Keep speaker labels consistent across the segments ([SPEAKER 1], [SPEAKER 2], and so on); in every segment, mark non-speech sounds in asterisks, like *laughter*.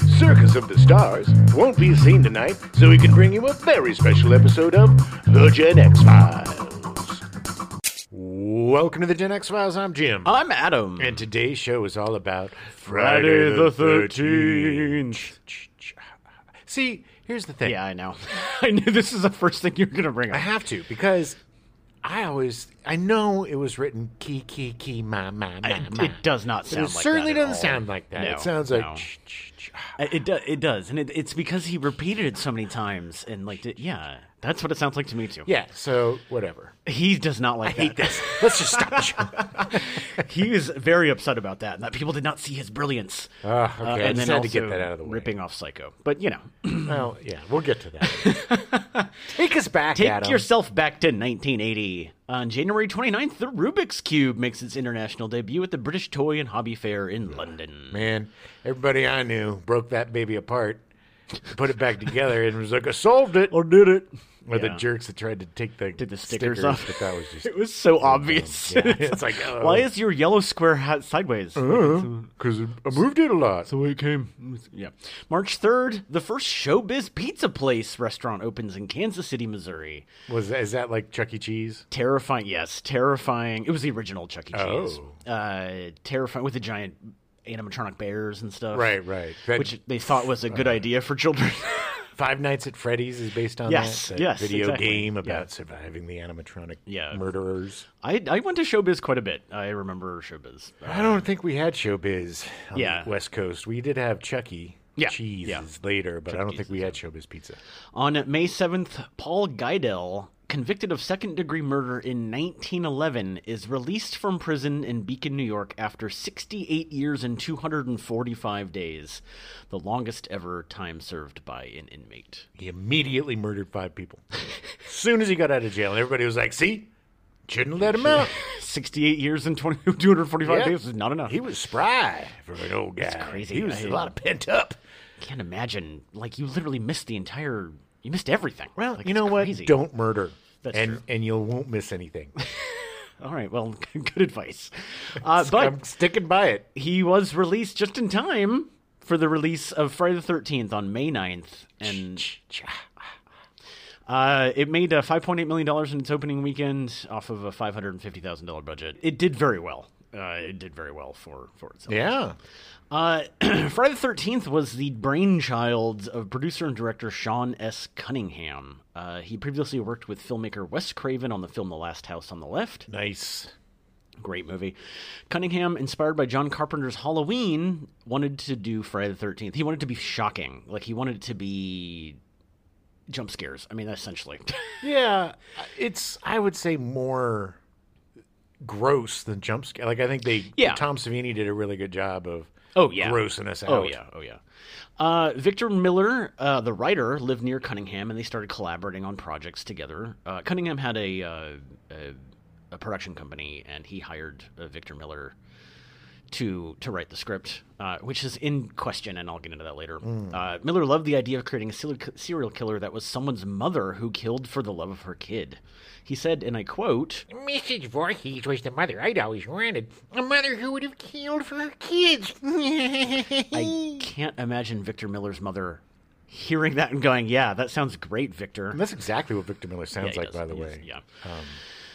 [SPEAKER 1] Voices of the Stars won't be seen tonight, so we can bring you a very special episode of The Gen X Files. Welcome to The Gen X Files. I'm Jim.
[SPEAKER 2] I'm Adam.
[SPEAKER 1] and today's show is all about
[SPEAKER 2] Friday the 13th.
[SPEAKER 1] See, here's the thing.
[SPEAKER 2] Yeah, I know. *laughs* I knew this is the first thing you were going to bring
[SPEAKER 1] I *laughs*
[SPEAKER 2] up.
[SPEAKER 1] have to because I always I know it was written key key key ma ma ma.
[SPEAKER 2] It,
[SPEAKER 1] ma.
[SPEAKER 2] it does not
[SPEAKER 1] But
[SPEAKER 2] sound
[SPEAKER 1] it
[SPEAKER 2] like
[SPEAKER 1] certainly
[SPEAKER 2] that at
[SPEAKER 1] doesn't
[SPEAKER 2] all.
[SPEAKER 1] sound like that.
[SPEAKER 2] No,
[SPEAKER 1] it sounds like
[SPEAKER 2] no.
[SPEAKER 1] ch- ch- ch-
[SPEAKER 2] I- It, do, it does. And it, it's because he repeated it so many times. And, like, did- yeah, that's what it sounds like to me, too.
[SPEAKER 1] yeah. So whatever.
[SPEAKER 2] He does not like
[SPEAKER 1] I hate
[SPEAKER 2] that.
[SPEAKER 1] this. Let's just stop the *laughs* show.
[SPEAKER 2] he is very upset about that, and that people did not see his brilliance. Uh,
[SPEAKER 1] Ah, okay. I
[SPEAKER 2] and
[SPEAKER 1] just
[SPEAKER 2] then
[SPEAKER 1] had to get
[SPEAKER 2] also
[SPEAKER 1] that out of the way.
[SPEAKER 2] Ripping off Psycho. But, you know,
[SPEAKER 1] well, yeah, we'll get to that.
[SPEAKER 2] *laughs*
[SPEAKER 1] Take us back,
[SPEAKER 2] Mm. Take
[SPEAKER 1] Adam.
[SPEAKER 2] yourself back to 1980. On January 29th, the Rubik's Cube makes its international debut at the British Toy and Hobby Fair in London.
[SPEAKER 1] Man, everybody I knew broke that baby apart, put it back together, and was like, "I solved it or did it." Or the
[SPEAKER 2] Yeah.
[SPEAKER 1] jerks that tried to take the
[SPEAKER 2] Did the stickers, off?
[SPEAKER 1] but that was just
[SPEAKER 2] *laughs* it was so obvious.
[SPEAKER 1] Oh, Yeah,
[SPEAKER 2] *laughs*
[SPEAKER 1] it's like, Uh. oh.
[SPEAKER 2] why is your yellow square hat sideways?
[SPEAKER 1] because I moved it a lot.
[SPEAKER 2] the way it came. Yeah. March 3rd, the first Showbiz Pizza Place restaurant opens in Kansas City, Missouri.
[SPEAKER 1] Was is that like Chuck E. Cheese?
[SPEAKER 2] Terrifying, yes, terrifying. It was the original Chuck E. Cheese.
[SPEAKER 1] Oh.
[SPEAKER 2] Uh, terrifying with the giant animatronic bears and stuff.
[SPEAKER 1] Right, Uh. right. That-
[SPEAKER 2] which they thought was a good idea for children. *laughs*
[SPEAKER 1] Five Nights at Freddy's is based on
[SPEAKER 2] Yes,
[SPEAKER 1] that, that
[SPEAKER 2] yes,
[SPEAKER 1] video
[SPEAKER 2] exactly.
[SPEAKER 1] game
[SPEAKER 2] Yeah.
[SPEAKER 1] about surviving the animatronic
[SPEAKER 2] Yeah.
[SPEAKER 1] murderers.
[SPEAKER 2] I, I went to Showbiz quite a bit. I remember Showbiz.
[SPEAKER 1] I don't think we had Showbiz on
[SPEAKER 2] Yeah.
[SPEAKER 1] the West Coast. We did have Chuck E.
[SPEAKER 2] Yeah,
[SPEAKER 1] Cheese
[SPEAKER 2] yeah. E.
[SPEAKER 1] is later, but I don't think we had Showbiz Pizza.
[SPEAKER 2] On May 7th, Paul Guidel, convicted of second degree murder in 1911, is released from prison in Beacon, New York after 68 years and 245 days, the longest ever time served by an inmate.
[SPEAKER 1] He immediately murdered five
[SPEAKER 2] *laughs*
[SPEAKER 1] people. As soon as he got out of jail, everybody was like, see? Shouldn't have let him out.
[SPEAKER 2] 68 years and 20, 245
[SPEAKER 1] Yeah.
[SPEAKER 2] days is not enough.
[SPEAKER 1] He was spry for an old guy.
[SPEAKER 2] crazy.
[SPEAKER 1] He was a
[SPEAKER 2] I-
[SPEAKER 1] lot of pent up.
[SPEAKER 2] can't imagine. Like, you literally missed the entire. You missed everything.
[SPEAKER 1] Well,
[SPEAKER 2] Like,
[SPEAKER 1] you
[SPEAKER 2] it's
[SPEAKER 1] know
[SPEAKER 2] crazy.
[SPEAKER 1] what? Don't murder.
[SPEAKER 2] That's
[SPEAKER 1] and
[SPEAKER 2] true.
[SPEAKER 1] and you won't miss anything.
[SPEAKER 2] All right. Well, *laughs* good advice.
[SPEAKER 1] *laughs*
[SPEAKER 2] Uh, *laughs* but
[SPEAKER 1] I'm sticking by it.
[SPEAKER 2] he was released just in time for the release of Friday the 13th on May 9th. And uh, it made uh, $5.8 million in its opening weekend off of a $550,000 budget. It did very well. Uh, it did very well for, for itself.
[SPEAKER 1] Yeah.
[SPEAKER 2] Uh, *clears throat* Friday the 13th was the brainchild of producer and director Sean S. Cunningham. Uh, he previously worked with filmmaker Wes Craven on the film The Last House on the Left.
[SPEAKER 1] Nice.
[SPEAKER 2] Great movie. Cunningham, inspired by John Carpenter's Halloween, wanted to do Friday the 13th. He wanted it to be shocking. Like, he wanted it to be jump scares. I mean, essentially. *laughs*
[SPEAKER 1] Yeah. It's I would say more gross than jump scare. Like I think they
[SPEAKER 2] Yeah.
[SPEAKER 1] Tom Savini did a really good job of
[SPEAKER 2] Oh, yeah.
[SPEAKER 1] grossing us out.
[SPEAKER 2] oh, yeah. Oh, yeah. Uh, Victor Miller, uh, the writer, lived near Cunningham, and they started collaborating on projects together. Uh, Cunningham had a, uh, a, a production company, and he hired uh, Victor Miller to to write the script, uh, which is in question, and I'll get into that later. Uh, Miller loved the idea of creating a serial- serial killer that was someone's mother who killed for the love of her kid. He said, and I quote,
[SPEAKER 3] Mrs. Voorhees was the mother I'd always wanted. A mother who would have killed for her kids. *laughs*
[SPEAKER 2] "I can't imagine Victor Miller's mother hearing that and going, yeah, that sounds great, Victor."
[SPEAKER 1] And that's exactly what Victor Miller sounds
[SPEAKER 2] Yeah, he
[SPEAKER 1] like, by
[SPEAKER 2] does.
[SPEAKER 1] the
[SPEAKER 2] He
[SPEAKER 1] way. Um,
[SPEAKER 2] is- yeah.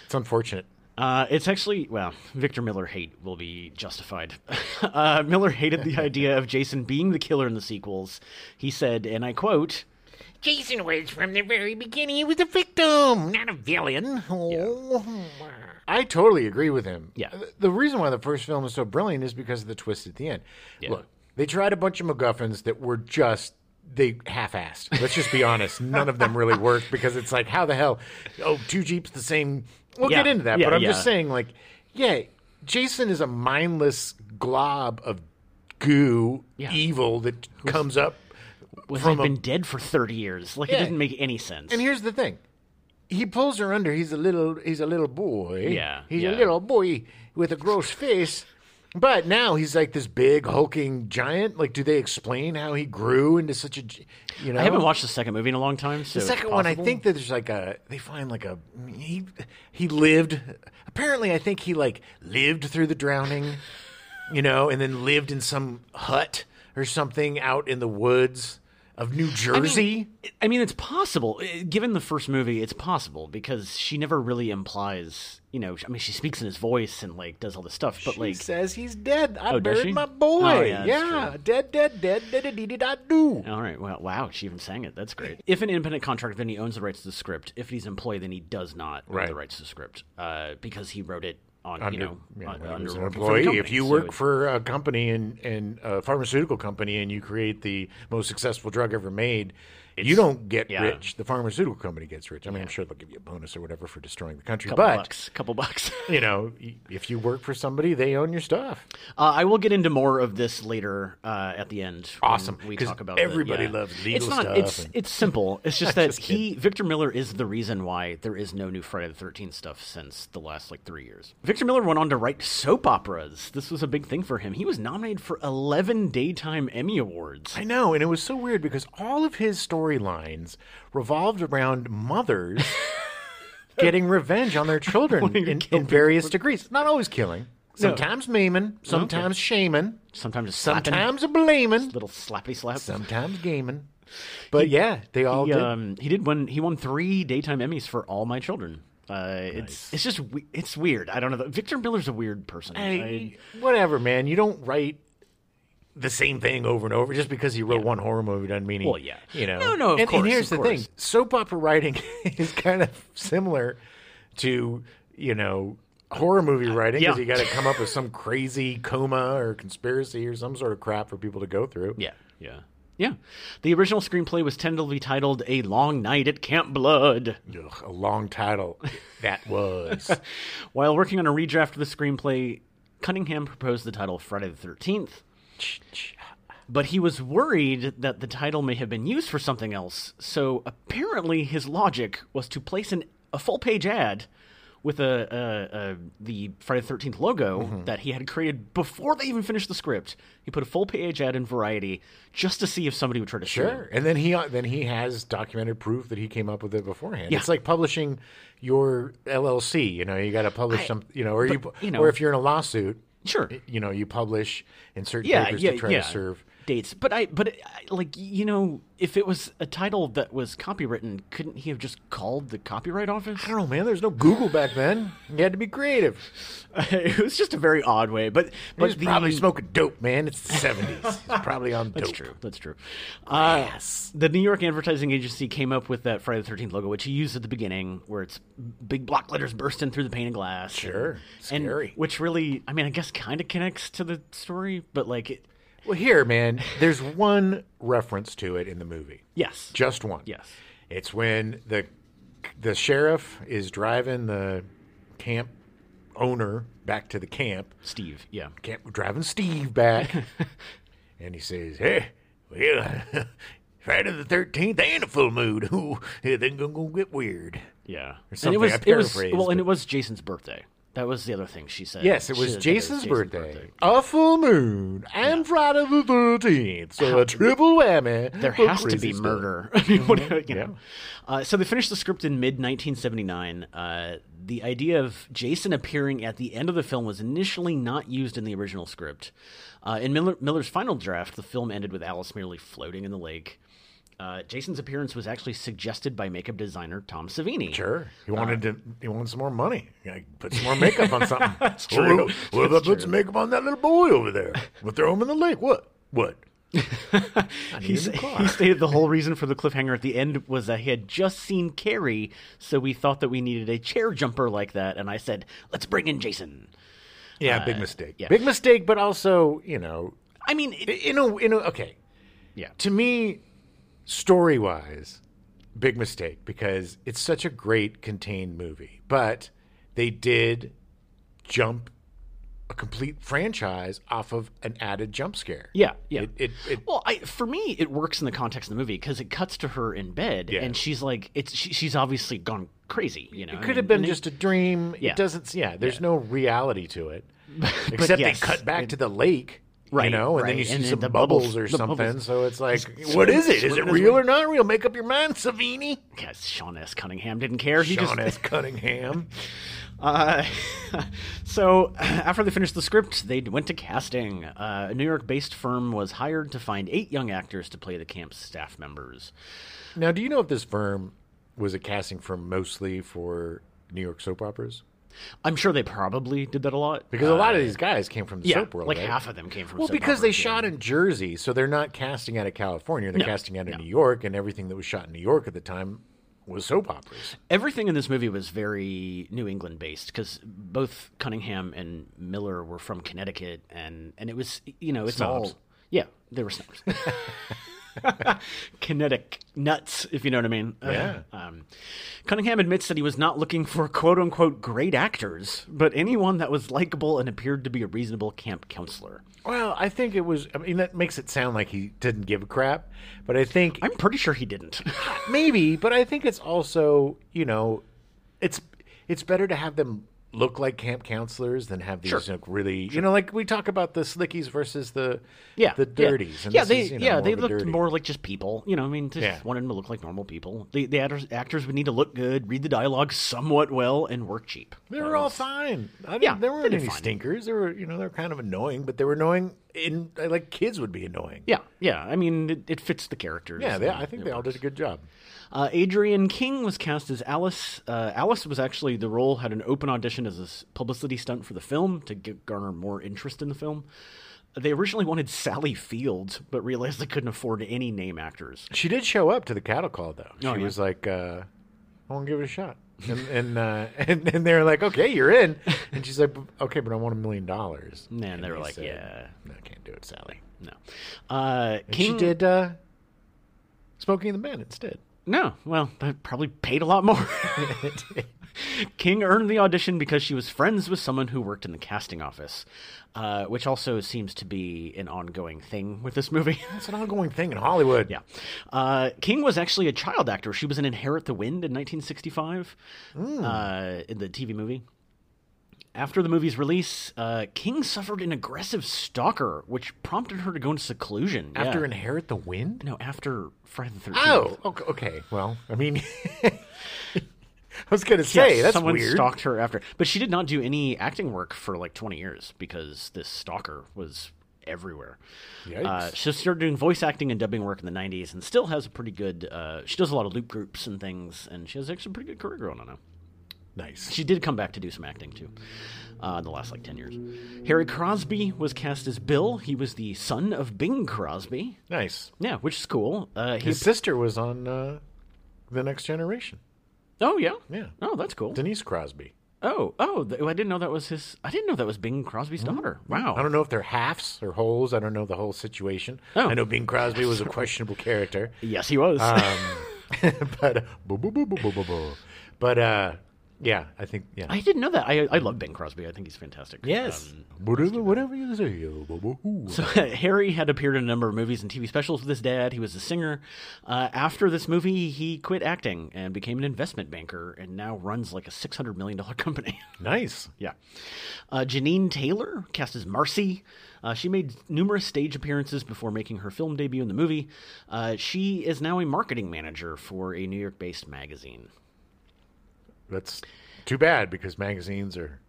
[SPEAKER 1] It's unfortunate.
[SPEAKER 2] Uh, it's actually, well, Victor Miller hate will be justified. *laughs* uh, Miller hated the idea of Jason being the killer in the sequels. He said, and I quote,
[SPEAKER 3] Jason was from the very beginning. He was a victim, not a villain. Oh.
[SPEAKER 1] I totally agree with him.
[SPEAKER 2] Yeah.
[SPEAKER 1] Th- The reason why the first film is so brilliant is because of the twist at the end. Look, they tried a bunch of MacGuffins that were just they half-assed. Let's just
[SPEAKER 3] *laughs*
[SPEAKER 1] be honest. None of them really worked because it's like, how the hell? Oh, two jeeps the same. We'll
[SPEAKER 2] Yeah.
[SPEAKER 1] get into that,
[SPEAKER 2] Yeah,
[SPEAKER 1] but I'm
[SPEAKER 2] yeah.
[SPEAKER 1] just saying, like, yeah, Jason is a mindless glob of goo,
[SPEAKER 2] Yeah.
[SPEAKER 1] evil that comes up
[SPEAKER 2] was
[SPEAKER 1] from
[SPEAKER 2] I've
[SPEAKER 1] a
[SPEAKER 2] been dead for 30 years. Like,
[SPEAKER 1] Yeah.
[SPEAKER 2] it didn't make any sense.
[SPEAKER 1] and here's the thing. He pulls her under. He's a little. He's a little boy.
[SPEAKER 2] Yeah,
[SPEAKER 1] He's
[SPEAKER 2] yeah.
[SPEAKER 1] a little boy with a gross face. But now he's like this big hulking giant. Like, do they explain how he grew into such a? gi- You know,
[SPEAKER 2] I haven't watched the second movie in a long time, so
[SPEAKER 1] the
[SPEAKER 2] it's
[SPEAKER 1] second one. I
[SPEAKER 2] possible.
[SPEAKER 1] think that there's like a. They find like a. He he lived. Apparently, I think he like lived through the drowning. You know, and then lived in some hut or something out in the woods of New Jersey.
[SPEAKER 2] I mean, it's possible. Uh, Given the first movie, it's possible because she never really implies, you know, I mean, she speaks in his voice and like does all this stuff, but
[SPEAKER 1] she
[SPEAKER 2] like,
[SPEAKER 1] says he's dead. I
[SPEAKER 2] Oh, does she?
[SPEAKER 1] buried my boy.
[SPEAKER 2] Oh, yeah,
[SPEAKER 1] yeah,
[SPEAKER 2] that's
[SPEAKER 1] dead, dead, dead, dead, dead, dead, I do.
[SPEAKER 2] all right, well, wow, she even sang it. That's great. If an independent contractor, then he owns the rights to the script. If he's employed, then he does not own the
[SPEAKER 1] Right.
[SPEAKER 2] rights to the script uh, because he wrote it on, you know,
[SPEAKER 1] yeah,
[SPEAKER 2] on,
[SPEAKER 1] when he
[SPEAKER 2] under
[SPEAKER 1] was an
[SPEAKER 2] working for the
[SPEAKER 1] employee. If
[SPEAKER 2] company,
[SPEAKER 1] you
[SPEAKER 2] so
[SPEAKER 1] work
[SPEAKER 2] it-
[SPEAKER 1] for a company and and a pharmaceutical company and you create the most successful drug ever made, you don't get
[SPEAKER 2] yeah.
[SPEAKER 1] rich. The pharmaceutical company gets rich. I mean, I'm sure they'll give you a bonus or whatever for destroying the country,
[SPEAKER 2] couple
[SPEAKER 1] but.
[SPEAKER 2] bucks, couple bucks. *laughs*
[SPEAKER 1] You know, y- if you work for somebody, they own your stuff.
[SPEAKER 2] Uh, I will get into more of this later uh, at the end. when
[SPEAKER 1] Awesome,
[SPEAKER 2] We
[SPEAKER 1] 'cause
[SPEAKER 2] talk about the-
[SPEAKER 1] everybody
[SPEAKER 2] yeah.
[SPEAKER 1] loves legal
[SPEAKER 2] it's not,
[SPEAKER 1] stuff
[SPEAKER 2] It's
[SPEAKER 1] and-
[SPEAKER 2] it's simple.
[SPEAKER 1] *laughs*
[SPEAKER 2] It's just that he Victor Miller is the reason why there is no new Friday the Thirteenth stuff since the last like three years. Victor Miller went on to write soap operas. This was a big thing for him. He was nominated for eleven daytime Emmy awards.
[SPEAKER 1] I know, and it was so weird because all of his storylines revolved around
[SPEAKER 2] *laughs*
[SPEAKER 1] mothers getting revenge on their children in, in various degrees. Not always killing, sometimes maiming, sometimes shaming,
[SPEAKER 2] Sometimes just slapping,
[SPEAKER 1] sometimes a blaming,
[SPEAKER 2] little slappy slap.
[SPEAKER 1] sometimes gaming. But yeah, they all
[SPEAKER 2] he,
[SPEAKER 1] did.
[SPEAKER 2] um, he did win. He won three daytime Emmys for All My Children. Uh, It's it's just we- it's weird. I don't know. Victor Miller's a weird person. I-
[SPEAKER 1] Hey, whatever, man. You don't write the same thing over and over just because he wrote one horror movie doesn't mean he,
[SPEAKER 2] Well, yeah.
[SPEAKER 1] you know.
[SPEAKER 2] No, no, of
[SPEAKER 1] and,
[SPEAKER 2] course,
[SPEAKER 1] And here's
[SPEAKER 2] of
[SPEAKER 1] the
[SPEAKER 2] course.
[SPEAKER 1] thing: soap opera writing *laughs* is kind of similar to you know horror movie writing because
[SPEAKER 2] Uh, yeah.
[SPEAKER 1] you got to come up
[SPEAKER 2] *laughs*
[SPEAKER 1] with some crazy coma or conspiracy or some sort of crap for people to go through.
[SPEAKER 2] Yeah, yeah, yeah. The original screenplay was tentatively titled "A Long Night at Camp Blood."
[SPEAKER 1] Ugh, a long title that was.
[SPEAKER 2] While working on a redraft of the screenplay, Cunningham proposed the title Friday the Thirteenth, but he was worried that the title may have been used for something else. So apparently, his logic was to place an, a full-page ad. With a, a, a the Friday the Thirteenth logo that he had created before they even finished the script, he put a full page ad in Variety just to see if somebody would try to sue him.
[SPEAKER 1] Sure, and then he uh, then he has documented proof that he came up with it beforehand.
[SPEAKER 2] Yeah.
[SPEAKER 1] It's like publishing your LLC. You know, you got to publish
[SPEAKER 2] I-
[SPEAKER 1] some. You know, or
[SPEAKER 2] but,
[SPEAKER 1] you,
[SPEAKER 2] you know-
[SPEAKER 1] or if you're in a lawsuit,
[SPEAKER 2] Sure.
[SPEAKER 1] you know, you publish insert
[SPEAKER 2] yeah,
[SPEAKER 1] papers
[SPEAKER 2] yeah,
[SPEAKER 1] to try
[SPEAKER 2] yeah.
[SPEAKER 1] to serve.
[SPEAKER 2] dates. But I, but I, like you know, if it was a title that was copywritten, couldn't he have just called the copyright office? *laughs*
[SPEAKER 1] I don't know, man. There's no Google back then. You had to be creative.
[SPEAKER 2] it was just a very odd way. But
[SPEAKER 1] He
[SPEAKER 2] but
[SPEAKER 1] was
[SPEAKER 2] the,
[SPEAKER 1] probably smoking dope, man. It's the '70s. He's probably on dope.
[SPEAKER 2] That's true. That's true. Uh, The New York Advertising Agency came up with that Friday the Thirteenth logo, which he used at the beginning, where it's big block letters bursting through the pane of glass.
[SPEAKER 1] Sure.
[SPEAKER 2] and,
[SPEAKER 1] Scary.
[SPEAKER 2] And which really, I mean, I guess kind of connects to the story, but like, it,
[SPEAKER 1] Well, here, man. There's one reference to it in the movie.
[SPEAKER 2] yes,
[SPEAKER 1] Just one.
[SPEAKER 2] yes,
[SPEAKER 1] It's when the the sheriff is driving the camp owner back to the camp.
[SPEAKER 2] Steve, yeah.
[SPEAKER 1] Camp driving Steve
[SPEAKER 2] *laughs*
[SPEAKER 1] back, and he says, "Hey, well, *laughs* Friday the Thirteenth ain't a full mood. *laughs* Ooh, yeah, they're gonna go get weird."
[SPEAKER 2] Yeah,
[SPEAKER 1] something.
[SPEAKER 2] And it was,
[SPEAKER 1] I
[SPEAKER 2] it was
[SPEAKER 1] paraphrased,
[SPEAKER 2] well, and
[SPEAKER 1] but-
[SPEAKER 2] it was Jason's birthday. That was the other thing she said.
[SPEAKER 1] Yes, it
[SPEAKER 2] She
[SPEAKER 1] was
[SPEAKER 2] said that
[SPEAKER 1] Jason's
[SPEAKER 2] Jason's
[SPEAKER 1] birthday, a full moon, and Friday the Thirteenth, so a triple whammy.
[SPEAKER 2] There
[SPEAKER 1] for
[SPEAKER 2] has to
[SPEAKER 1] crazy
[SPEAKER 2] be
[SPEAKER 1] stuff.
[SPEAKER 2] murder. *laughs* I mean, what, you know. Uh, so they finished the script in mid 1979. Uh, the idea of Jason appearing at the end of the film was initially not used in the original script. Uh, in Miller, Miller's final draft, the film ended with Alice merely floating in the lake. Uh, Jason's appearance was actually suggested by makeup designer Tom Savini.
[SPEAKER 1] Sure, he
[SPEAKER 2] Uh,
[SPEAKER 1] wanted to. He wanted some more money. Yeah, put some more makeup
[SPEAKER 2] *laughs*
[SPEAKER 1] on something. That's
[SPEAKER 2] true.
[SPEAKER 1] What, if- what if I put some makeup on that little boy over there? We'll throw him in the lake. What? What?
[SPEAKER 2] He,
[SPEAKER 1] in the
[SPEAKER 2] sa-
[SPEAKER 1] car.
[SPEAKER 2] *laughs* he stated the whole reason for the cliffhanger at the end was that he had just seen Carrie, so we thought that we needed a chair jumper like that, and I said, "Let's bring in Jason."
[SPEAKER 1] Yeah, Uh, big mistake.
[SPEAKER 2] yeah.
[SPEAKER 1] Big mistake, but also, you know,
[SPEAKER 2] I mean, it,
[SPEAKER 1] in a in a okay.
[SPEAKER 2] yeah,
[SPEAKER 1] To me, story wise, big mistake because it's such a great contained movie. But they did jump a complete franchise off of an added jump scare.
[SPEAKER 2] yeah, yeah.
[SPEAKER 1] It, it, it
[SPEAKER 2] well, I, for me, it works in the context of the movie because it cuts to her in bed,
[SPEAKER 1] Yeah.
[SPEAKER 2] and she's like, "It's she, she's obviously gone crazy." You know, I
[SPEAKER 1] It could have
[SPEAKER 2] mean,
[SPEAKER 1] been just a dream.
[SPEAKER 2] Mm, Yeah.
[SPEAKER 1] It doesn't. Yeah, there's no reality to
[SPEAKER 2] *laughs*
[SPEAKER 1] it, except
[SPEAKER 2] yes,
[SPEAKER 1] they cut back to the lake.
[SPEAKER 2] Right,
[SPEAKER 1] You know, and
[SPEAKER 2] right,
[SPEAKER 1] then you see
[SPEAKER 2] and then
[SPEAKER 1] some
[SPEAKER 2] the bubbles-
[SPEAKER 1] bubbles or
[SPEAKER 2] the
[SPEAKER 1] something.
[SPEAKER 2] bubbles.
[SPEAKER 1] So it's like,
[SPEAKER 2] Just
[SPEAKER 1] what is
[SPEAKER 2] swimming-
[SPEAKER 1] it? Is it
[SPEAKER 2] swimming his
[SPEAKER 1] real
[SPEAKER 2] way.
[SPEAKER 1] or not real? Make up your mind, Savini.
[SPEAKER 2] Yes, Sean S. Cunningham didn't care. *laughs* He
[SPEAKER 1] John
[SPEAKER 2] just
[SPEAKER 1] S. Cunningham.
[SPEAKER 2] *laughs* Uh, *laughs* so *clears throat* after they finished the script, they went to casting. Uh, a New York-based firm was hired to find eight young actors to play the camp's staff members.
[SPEAKER 1] Now, do you know if this firm was a casting firm mostly for New York soap operas?
[SPEAKER 2] I'm sure they probably did that a lot
[SPEAKER 1] Because a lot of these guys came from the
[SPEAKER 2] Uh, yeah,
[SPEAKER 1] soap world.
[SPEAKER 2] like
[SPEAKER 1] right?
[SPEAKER 2] half of them came from
[SPEAKER 1] Well,
[SPEAKER 2] soap
[SPEAKER 1] because they
[SPEAKER 2] operas, yeah.
[SPEAKER 1] shot in Jersey, so they're not casting out of California. They're
[SPEAKER 2] No,
[SPEAKER 1] casting out of
[SPEAKER 2] no.
[SPEAKER 1] New York, and everything that was shot in New York at the time was soap operas.
[SPEAKER 2] Everything in this movie was very New England based because both Cunningham and Miller were from Connecticut, and and it was you know it's
[SPEAKER 1] Snobs.
[SPEAKER 2] all yeah they were snobs. *laughs* Kinetic nuts, if you know what I mean.
[SPEAKER 1] Yeah.
[SPEAKER 2] Um, Cunningham admits that he was not looking for quote unquote great actors, but anyone that was likable and appeared to be a reasonable camp counselor.
[SPEAKER 1] Well, I think it was. I mean, that makes it sound like he didn't give a crap, but I think
[SPEAKER 2] I'm pretty sure he didn't.
[SPEAKER 1] *laughs*
[SPEAKER 2] *laughs*
[SPEAKER 1] maybe. But I think it's also you know, it's it's better to have them look like camp counselors than have these
[SPEAKER 2] Sure.
[SPEAKER 1] like, really you know like we talk about the slickies versus the
[SPEAKER 2] Yeah,
[SPEAKER 1] the
[SPEAKER 2] yeah.
[SPEAKER 1] dirties and
[SPEAKER 2] Yeah,
[SPEAKER 1] this
[SPEAKER 2] they
[SPEAKER 1] is, you know,
[SPEAKER 2] yeah
[SPEAKER 1] more
[SPEAKER 2] they
[SPEAKER 1] of a
[SPEAKER 2] looked
[SPEAKER 1] dirty.
[SPEAKER 2] more like just people. You know, I mean, just
[SPEAKER 1] Yeah.
[SPEAKER 2] wanted them to look like normal people. The the actors, actors would need to look good, read the dialogue somewhat well, and work cheap.
[SPEAKER 1] They were all fine. I didn't,
[SPEAKER 2] Yeah,
[SPEAKER 1] there
[SPEAKER 2] they
[SPEAKER 1] weren't
[SPEAKER 2] did
[SPEAKER 1] any
[SPEAKER 2] fine.
[SPEAKER 1] stinkers. They were, you know, they were kind of annoying, but they were annoying in like kids would be annoying.
[SPEAKER 2] Yeah, yeah. I mean, it, it fits the characters.
[SPEAKER 1] Yeah, they,
[SPEAKER 2] and
[SPEAKER 1] I think
[SPEAKER 2] it
[SPEAKER 1] they all
[SPEAKER 2] works.
[SPEAKER 1] did a good job.
[SPEAKER 2] Uh, Adrian King was cast as Alice. Uh, Alice was actually the role had an open audition as a s- publicity stunt for the film to g garner more interest in the film. They originally wanted Sally Fields, but realized they couldn't afford any name actors.
[SPEAKER 1] She did show up to the cattle call though. She
[SPEAKER 2] Oh, yeah.
[SPEAKER 1] was like, uh, "I want to give it a shot," and and, uh, *laughs* and and they were like, "Okay, you're in," and she's like, "Okay, but I want a million dollars."
[SPEAKER 2] And they were
[SPEAKER 1] he
[SPEAKER 2] like,
[SPEAKER 1] said,
[SPEAKER 2] "Yeah."
[SPEAKER 1] no, I can't do it, Sally."
[SPEAKER 2] No, uh,
[SPEAKER 1] And
[SPEAKER 2] King
[SPEAKER 1] she did uh, "Smoking the Man" instead.
[SPEAKER 2] No, well, that probably paid a lot
[SPEAKER 1] *laughs*
[SPEAKER 2] more. King earned the audition because she was friends with someone who worked in the casting office, uh, which also seems to be an ongoing thing with this movie. *laughs*
[SPEAKER 1] That's an ongoing thing in Hollywood.
[SPEAKER 2] yeah. Uh, King was actually a child actor. She was in Inherit the Wind in 1965 uh, in the TV movie. After the movie's release, uh, King suffered an aggressive stalker, which prompted her to go into seclusion.
[SPEAKER 1] After
[SPEAKER 2] Yeah.
[SPEAKER 1] inherit the wind.
[SPEAKER 2] *laughs* no, after Friday the 13th.
[SPEAKER 1] Oh, okay. okay. Well, I mean, *laughs* I was gonna say
[SPEAKER 2] Yes,
[SPEAKER 1] that's
[SPEAKER 2] someone
[SPEAKER 1] weird.
[SPEAKER 2] stalked her after, but she did not do any acting work for like 20 years because this stalker was everywhere.
[SPEAKER 1] Yikes.
[SPEAKER 2] Uh, she started doing voice acting and dubbing work in the 90s, and still has a pretty good. Uh, she does a lot of loop groups and things, and she has actually a pretty good career going on now.
[SPEAKER 1] nice.
[SPEAKER 2] She did come back to do some acting too, uh, in the last like 10 years. Harry Crosby was cast as Bill. He was the son of Bing Crosby.
[SPEAKER 1] Nice.
[SPEAKER 2] Yeah, which is cool. Uh, he,
[SPEAKER 1] His sister was on uh, the Next Generation.
[SPEAKER 2] oh yeah,
[SPEAKER 1] Yeah.
[SPEAKER 2] Oh, that's cool.
[SPEAKER 1] Denise Crosby.
[SPEAKER 2] Oh, oh, th- I didn't know that was his. I didn't know that was Bing Crosby's daughter. Wow.
[SPEAKER 1] Mm-hmm. I don't know if they're halves or wholes. I don't know the whole situation.
[SPEAKER 2] Oh.
[SPEAKER 1] I know Bing Crosby
[SPEAKER 2] *laughs*
[SPEAKER 1] was a questionable character,
[SPEAKER 2] Yes, he was.
[SPEAKER 1] um, *laughs* but uh, boo, boo, boo, boo, boo, boo, boo. but uh, yeah, I think yeah.
[SPEAKER 2] *laughs* I didn't know that. I I love Bing Crosby. I think he's fantastic. Um, *laughs*
[SPEAKER 1] whatever, whatever you say. uh, boo, boo, hoo.
[SPEAKER 2] so Harry had appeared in a number of movies and TV specials with his dad. He was a singer. Uh, after this movie, he quit acting and became an investment banker, and now runs like a six hundred million dollar *laughs* company.
[SPEAKER 1] nice.
[SPEAKER 2] Yeah. Uh, Janine Taylor, cast as Marcy. Uh, she made numerous stage appearances before making her film debut in the movie. Uh, she is now a marketing manager for a New York based magazine.
[SPEAKER 1] That's too bad because magazines
[SPEAKER 2] *laughs*
[SPEAKER 1] are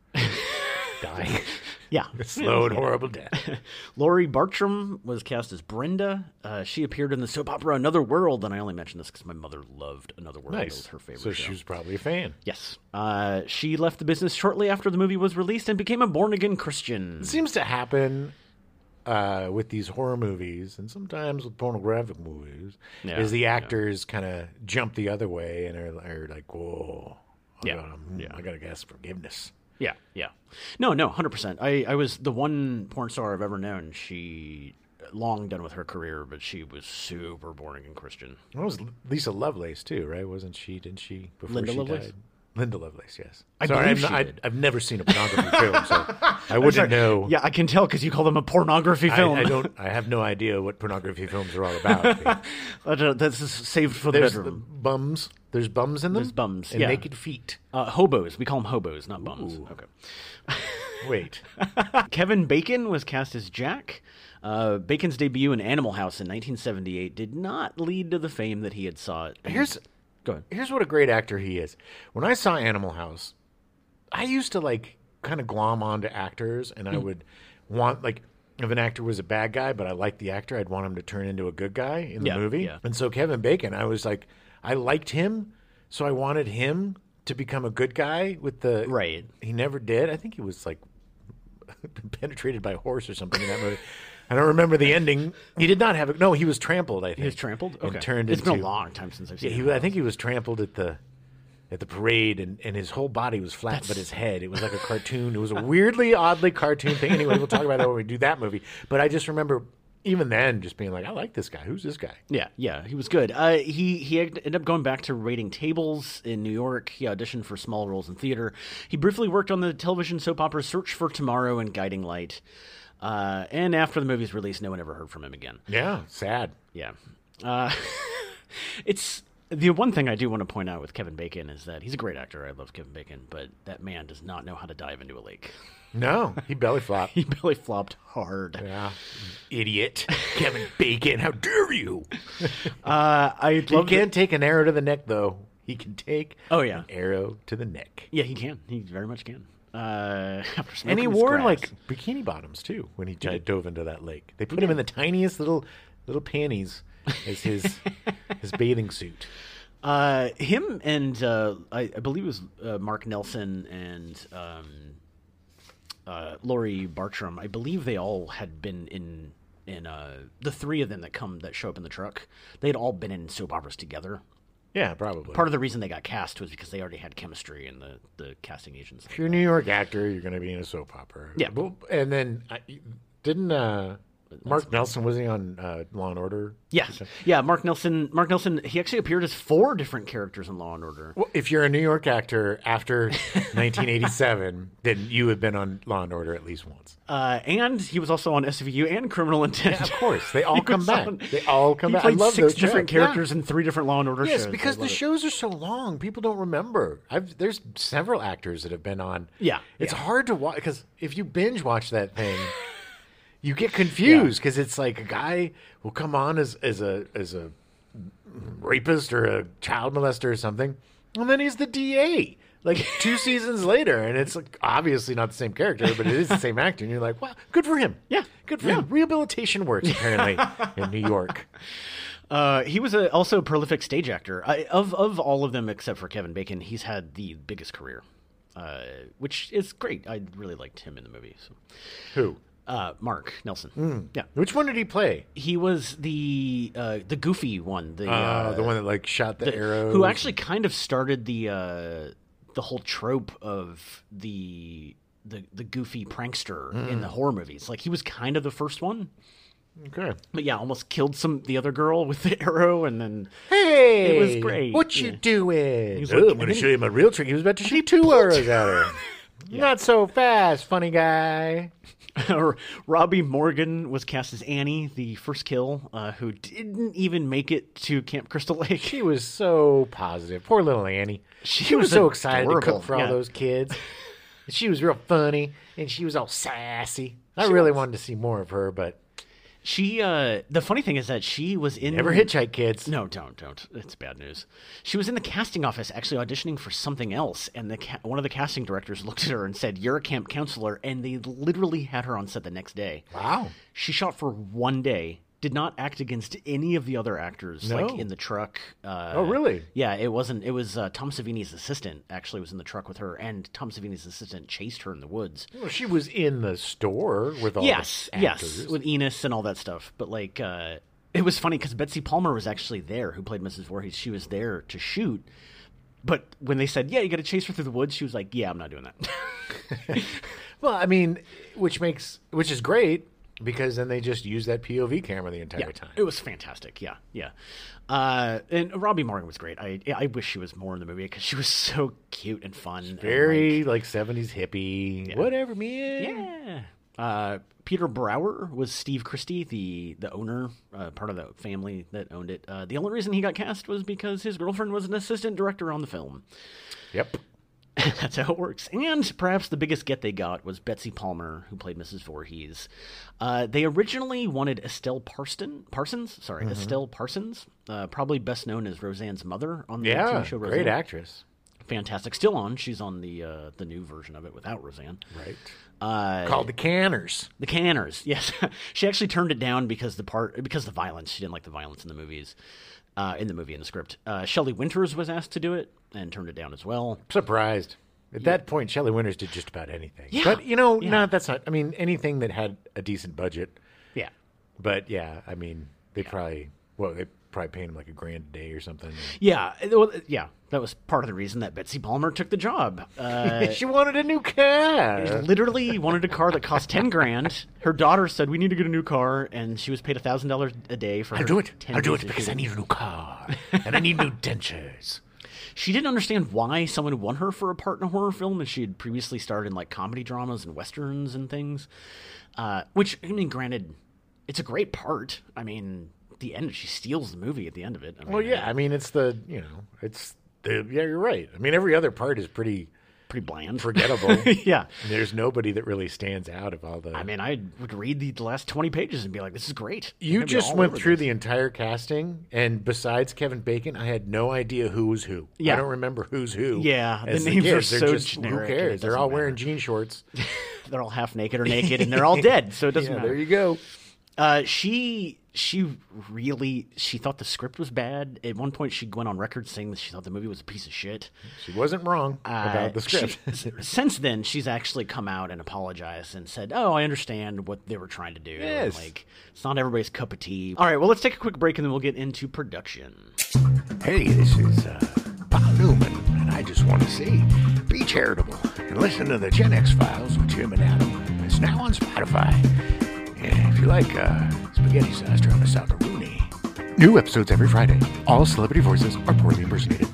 [SPEAKER 1] dying. *laughs*
[SPEAKER 2] Yeah.
[SPEAKER 1] Slow and horrible death.
[SPEAKER 2] *laughs* Laurie Bartram was cast as Brenda. Uh, she appeared in the soap opera Another World, and I only mentioned this because my mother loved Another World. It was
[SPEAKER 1] Nice.
[SPEAKER 2] her favorite
[SPEAKER 1] so
[SPEAKER 2] show.
[SPEAKER 1] she was probably a fan.
[SPEAKER 2] Yes. Uh, she left the business shortly after the movie was released and became a born again Christian.
[SPEAKER 1] It seems to happen uh, with these horror movies and sometimes with pornographic movies
[SPEAKER 2] Yeah,
[SPEAKER 1] is the
[SPEAKER 2] yeah.
[SPEAKER 1] actors kind of jump the other way and are, are like, whoa, I
[SPEAKER 2] Yeah,
[SPEAKER 1] gotta, mm, I gotta ask forgiveness.
[SPEAKER 2] Yeah, yeah. No, no, hundred percent. I, I was the one porn star I've ever known. She long done with her career, but she was super born again Christian.
[SPEAKER 1] That was Lisa Lovelace too, right? Wasn't she? Didn't she before
[SPEAKER 2] Linda
[SPEAKER 1] she
[SPEAKER 2] Lovelace?
[SPEAKER 1] died? Linda Lovelace, yes.
[SPEAKER 2] I
[SPEAKER 1] Sorry, I'm
[SPEAKER 2] believe she
[SPEAKER 1] not- I,
[SPEAKER 2] did.
[SPEAKER 1] I've never seen a pornography
[SPEAKER 2] *laughs*
[SPEAKER 1] film, so I wouldn't know.
[SPEAKER 2] Yeah, I can tell because you call them a pornography
[SPEAKER 1] I-
[SPEAKER 2] film.
[SPEAKER 1] I, don't. I have no idea what pornography films are all about.
[SPEAKER 2] *laughs* I don't- That's just saved for the
[SPEAKER 1] There's
[SPEAKER 2] bedroom.
[SPEAKER 1] bums. There's bums in them.
[SPEAKER 2] There's bums,
[SPEAKER 1] and
[SPEAKER 2] yeah.
[SPEAKER 1] naked feet.
[SPEAKER 2] Uh, hobos. We call them hobos, not bums. Okay. *laughs*
[SPEAKER 1] Wait,
[SPEAKER 2] Kevin Bacon was cast as Jack. Uh, Bacon's debut in Animal House in 1978 did not lead to the fame that he had sought.
[SPEAKER 1] here's
[SPEAKER 2] go ahead.
[SPEAKER 1] here's what a great actor he is. When I saw Animal House, I used to like kind of glom onto actors, and
[SPEAKER 2] Mm.
[SPEAKER 1] I would want like if an actor was a bad guy, but I liked the actor, I'd want him to turn into a good guy in the
[SPEAKER 2] Yeah,
[SPEAKER 1] movie.
[SPEAKER 2] yeah.
[SPEAKER 1] And so Kevin Bacon, I was like, I liked him, so I wanted him to become a good guy with the
[SPEAKER 2] Right.
[SPEAKER 1] He never did. I think he was like *laughs* penetrated by a horse or something in that movie. I don't remember the ending. He did not have it. No, he was trampled. I think he
[SPEAKER 2] was trampled. Okay,
[SPEAKER 1] and turned
[SPEAKER 2] It's
[SPEAKER 1] into
[SPEAKER 2] been a long time since I've
[SPEAKER 1] yeah,
[SPEAKER 2] seen.
[SPEAKER 1] he,
[SPEAKER 2] it.
[SPEAKER 1] was- I think he was trampled at the at the parade, and, and his whole body was flat, but his head. It was like a cartoon. It was a weirdly, oddly cartoon thing. Anyway, we'll talk about that when we do that movie. But I just remember even then just being like, I like this guy. Who's this guy?
[SPEAKER 2] Yeah, yeah, he was good. Uh, he he ed- ended up going back to waiting tables in New York. He auditioned for small roles in theater. He briefly worked on the television soap opera Search for Tomorrow and Guiding Light. Uh, and after the movie's release, no one ever heard from him again.
[SPEAKER 1] Yeah, sad.
[SPEAKER 2] Yeah, uh, *laughs* it's the one thing I do want to point out with Kevin Bacon is that he's a great actor. I love Kevin Bacon, but that man does not know how to dive into a lake. *laughs*
[SPEAKER 1] No, he belly flopped.
[SPEAKER 2] He belly flopped hard.
[SPEAKER 1] yeah, idiot, Kevin Bacon. How dare you?
[SPEAKER 2] Uh, I
[SPEAKER 1] He
[SPEAKER 2] love the-
[SPEAKER 1] can't take an arrow to the neck though. He can take
[SPEAKER 2] Oh, yeah.
[SPEAKER 1] an arrow to the neck.
[SPEAKER 2] Yeah, he can. He very much can. Uh, *laughs* after
[SPEAKER 1] And he
[SPEAKER 2] smoking his
[SPEAKER 1] wore
[SPEAKER 2] grass.
[SPEAKER 1] like bikini bottoms too when he di- dove into that lake. They put him in the tiniest little little panties as
[SPEAKER 2] *laughs*
[SPEAKER 1] his his bathing suit.
[SPEAKER 2] Uh, him and uh, I, I believe it was uh, Mark Nelson and um, uh, Laurie Bartram. I believe they all had been in in uh, the three of them that come that show up in the truck. They had all been in soap operas together.
[SPEAKER 1] Yeah, probably.
[SPEAKER 2] Part of the reason they got cast was because they already had chemistry in the the casting agents.
[SPEAKER 1] if you're a New York actor, you're going to be in a soap opera.
[SPEAKER 2] Yeah.
[SPEAKER 1] Well, and then I, didn't uh, Mark Nelson was he on uh, Law and Order?
[SPEAKER 2] Yes, yeah. Mark Nelson. Mark Nelson. He actually appeared as four different characters in Law and Order.
[SPEAKER 1] Well, if you're a New York actor
[SPEAKER 2] *laughs*
[SPEAKER 1] after 1987, then you have been on Law and Order at least once.
[SPEAKER 2] Uh, and he was also on SVU and Criminal Intent. *laughs*
[SPEAKER 1] Of course, they all
[SPEAKER 2] He
[SPEAKER 1] come
[SPEAKER 2] was
[SPEAKER 1] back.
[SPEAKER 2] on-
[SPEAKER 1] They all come
[SPEAKER 2] he
[SPEAKER 1] back.
[SPEAKER 2] Played
[SPEAKER 1] I love
[SPEAKER 2] six
[SPEAKER 1] those
[SPEAKER 2] different
[SPEAKER 1] shows. Yeah.
[SPEAKER 2] characters in three different Law and Order
[SPEAKER 1] Yes,
[SPEAKER 2] shows.
[SPEAKER 1] because
[SPEAKER 2] I
[SPEAKER 1] the
[SPEAKER 2] love it.
[SPEAKER 1] shows are so long, people don't remember. I've there's several actors that have been on.
[SPEAKER 2] Yeah,
[SPEAKER 1] it's
[SPEAKER 2] yeah.
[SPEAKER 1] hard to watch because if you binge watch that
[SPEAKER 2] *laughs*
[SPEAKER 1] thing, you get confused because it's like a guy will come on as as a as a rapist or a child molester or something, and then he's the DA. Like *laughs* two seasons later, and it's like obviously not the same character, but it is the same actor. And you're like, wow, good for him.
[SPEAKER 2] Yeah.
[SPEAKER 1] Good for
[SPEAKER 2] Yeah.
[SPEAKER 1] him. Rehabilitation works,
[SPEAKER 2] *laughs*
[SPEAKER 1] apparently, in New York.
[SPEAKER 2] Uh, he was a, also a prolific stage actor. I, of of all of them, except for Kevin Bacon, he's had the biggest career, uh, which is great. I really liked him in the movie. So.
[SPEAKER 1] Who?
[SPEAKER 2] Uh, Mark Nelson. Yeah,
[SPEAKER 1] Which one did he play?
[SPEAKER 2] he was the uh, the goofy one. The,
[SPEAKER 1] Uh,
[SPEAKER 2] uh,
[SPEAKER 1] the one that like shot the, arrow.
[SPEAKER 2] who actually kind of started the uh, the whole trope of the the the goofy prankster in the horror movies. Like he was kind of the first one,
[SPEAKER 1] Okay.
[SPEAKER 2] but yeah, almost killed some the other girl with the *laughs* arrow, and then
[SPEAKER 1] Hey,
[SPEAKER 2] It was great,
[SPEAKER 1] What
[SPEAKER 2] yeah.
[SPEAKER 1] you doing?
[SPEAKER 2] was
[SPEAKER 1] "Oh,
[SPEAKER 2] like-
[SPEAKER 1] I'm going
[SPEAKER 2] and
[SPEAKER 1] to
[SPEAKER 2] then
[SPEAKER 1] show you my real trick. He was about to shoot two arrows at her.
[SPEAKER 2] *laughs*
[SPEAKER 1] Not so fast, funny guy.
[SPEAKER 2] Robbie Morgan was cast as Annie, the first kill, uh, who didn't even make it to Camp Crystal *laughs* Lake.
[SPEAKER 1] She was so positive. Poor little Annie.
[SPEAKER 2] She
[SPEAKER 1] She, was,
[SPEAKER 2] was
[SPEAKER 1] so excited to
[SPEAKER 2] adorable,
[SPEAKER 1] cook for
[SPEAKER 2] yeah.
[SPEAKER 1] all those
[SPEAKER 2] *laughs*
[SPEAKER 1] kids. she was real funny, and she was all sassy. I really wanted to see more of her, but
[SPEAKER 2] Mm-hmm. She, uh, the funny thing is that she was in
[SPEAKER 1] never hitchhike, kids.
[SPEAKER 2] No, don't, don't. It's bad news. She was in the casting office actually auditioning for something else, and the ca- one of the casting directors looked at her and said, "You're a camp counselor," and they literally had her on set the next day.
[SPEAKER 1] Wow.
[SPEAKER 2] She shot for one day, did not act against any of the other actors,
[SPEAKER 1] No.
[SPEAKER 2] like in the truck. Uh,
[SPEAKER 1] Oh, really?
[SPEAKER 2] Yeah, it wasn't. It was uh, Tom Savini's assistant actually was in the truck with her, and Tom Savini's assistant chased her in the woods.
[SPEAKER 1] Well, she was in the store with all
[SPEAKER 2] yes,
[SPEAKER 1] the Oh, actors.
[SPEAKER 2] yes, with Enos and all that stuff. But like, uh, it was funny because Betsy Palmer was actually there, who played Mrs. Voorhees. She was there to shoot. But when they said, "Yeah, you got to chase her through the woods," she was like, "Yeah, I'm not doing that." *laughs*
[SPEAKER 1] Well, I mean, which makes which is great because then they just use that POV camera the entire time.
[SPEAKER 2] It was fantastic. Yeah, yeah. Uh, and Robbie Morgan was great. I I wish she was more in the movie because she was *laughs* so cute and fun. and,
[SPEAKER 1] Very like seventies hippie, whatever, man.
[SPEAKER 2] like, yeah. Uh, Peter Brower was Steve Christie, the the owner, uh, part of the family that owned it. Uh, the only reason he got cast was because his girlfriend was an assistant director on the film.
[SPEAKER 1] Yep.
[SPEAKER 2] That's how it works. And perhaps the biggest get they got was Betsy Palmer, who played Mrs. Voorhees. Uh, they originally wanted Estelle Parson, Parsons, sorry,
[SPEAKER 1] Mm-hmm.
[SPEAKER 2] Estelle Parsons, uh, probably best known as Roseanne's mother on the
[SPEAKER 1] Yeah,
[SPEAKER 2] TV show Roseanne.
[SPEAKER 1] great actress.
[SPEAKER 2] fantastic. Still on. She's on the uh, the new version of it without Roseanne.
[SPEAKER 1] Right.
[SPEAKER 2] Uh,
[SPEAKER 1] Called the Canners.
[SPEAKER 2] the Canners. *laughs* Yes, she actually turned it down because the part because the violence. She didn't like the violence in the movies, uh, in the movie in the script. Uh, Shelley Winters was asked to do it and turned it down as well.
[SPEAKER 1] Surprised. At that point, Shelley Winters did just about anything. But, you know, no, that's not. I mean, anything that had a decent budget.
[SPEAKER 2] Yeah,
[SPEAKER 1] But yeah, I mean, they probably, well, they probably paid him like a grand a day or something.
[SPEAKER 2] yeah, it- well, yeah. That was part of the reason that Betsy Palmer took the job. Uh,
[SPEAKER 1] *laughs* she wanted a new car.
[SPEAKER 2] literally wanted a car that cost ten grand. Her daughter said, "We need to get a new car," and she was paid thousand dollars a day for.
[SPEAKER 1] I'll
[SPEAKER 2] her
[SPEAKER 1] do it.
[SPEAKER 2] 10
[SPEAKER 1] I'll do
[SPEAKER 2] days
[SPEAKER 1] it
[SPEAKER 2] of
[SPEAKER 1] because I
[SPEAKER 2] shooting.
[SPEAKER 1] need a new car. *laughs* and I need new dentures.
[SPEAKER 2] She didn't understand why someone won her for a part in a horror film, as she had previously starred in like comedy dramas and westerns and things. Uh, which, I mean, granted, it's a great part. I mean, the end, she steals the movie at the end of it. I
[SPEAKER 1] Well,
[SPEAKER 2] mean,
[SPEAKER 1] yeah, I mean, it's the, you know, it's the, yeah, you're right. I mean, every other part is pretty
[SPEAKER 2] pretty bland.
[SPEAKER 1] *laughs* forgettable.
[SPEAKER 2] *laughs* yeah.
[SPEAKER 1] There's nobody that really stands out of all the.
[SPEAKER 2] I mean, I would read the last 20 pages and be like, this is great. I'm
[SPEAKER 1] you
[SPEAKER 2] gonna be
[SPEAKER 1] just
[SPEAKER 2] all
[SPEAKER 1] went
[SPEAKER 2] over
[SPEAKER 1] through
[SPEAKER 2] this.
[SPEAKER 1] the entire casting, and besides Kevin Bacon, I had no idea who was who.
[SPEAKER 2] Yeah.
[SPEAKER 1] I don't remember who's who.
[SPEAKER 2] Yeah, the
[SPEAKER 1] as
[SPEAKER 2] names are
[SPEAKER 1] kids. They're
[SPEAKER 2] so
[SPEAKER 1] just,
[SPEAKER 2] generic
[SPEAKER 1] Who
[SPEAKER 2] and it
[SPEAKER 1] cares? They're
[SPEAKER 2] doesn't
[SPEAKER 1] all wearing jean *laughs* shorts.
[SPEAKER 2] They're all half naked or naked
[SPEAKER 1] *laughs*
[SPEAKER 2] and they're all dead, so it doesn't
[SPEAKER 1] yeah,
[SPEAKER 2] matter.
[SPEAKER 1] there you go.
[SPEAKER 2] Uh, she she really she thought the script was bad. At one point, she went on record saying that she thought the movie was a piece of shit.
[SPEAKER 1] She wasn't wrong
[SPEAKER 2] Uh,
[SPEAKER 1] about the script.
[SPEAKER 2] she- since then, she's actually come out and apologized and said, "Oh, I understand what they were trying to do. and,
[SPEAKER 1] Yes.
[SPEAKER 2] Like it's not everybody's cup of tea." All right, well, let's take a quick break and then we'll get into production.
[SPEAKER 4] Hey, this is uh, Bob Newman, and I just want to say be charitable and listen to the Gen X Files with Jim and Adam. It's now on Spotify. And if you like uh, spaghetti sauce, turn us out to Rooney.
[SPEAKER 1] New episodes every Friday. All celebrity voices are poorly impersonated.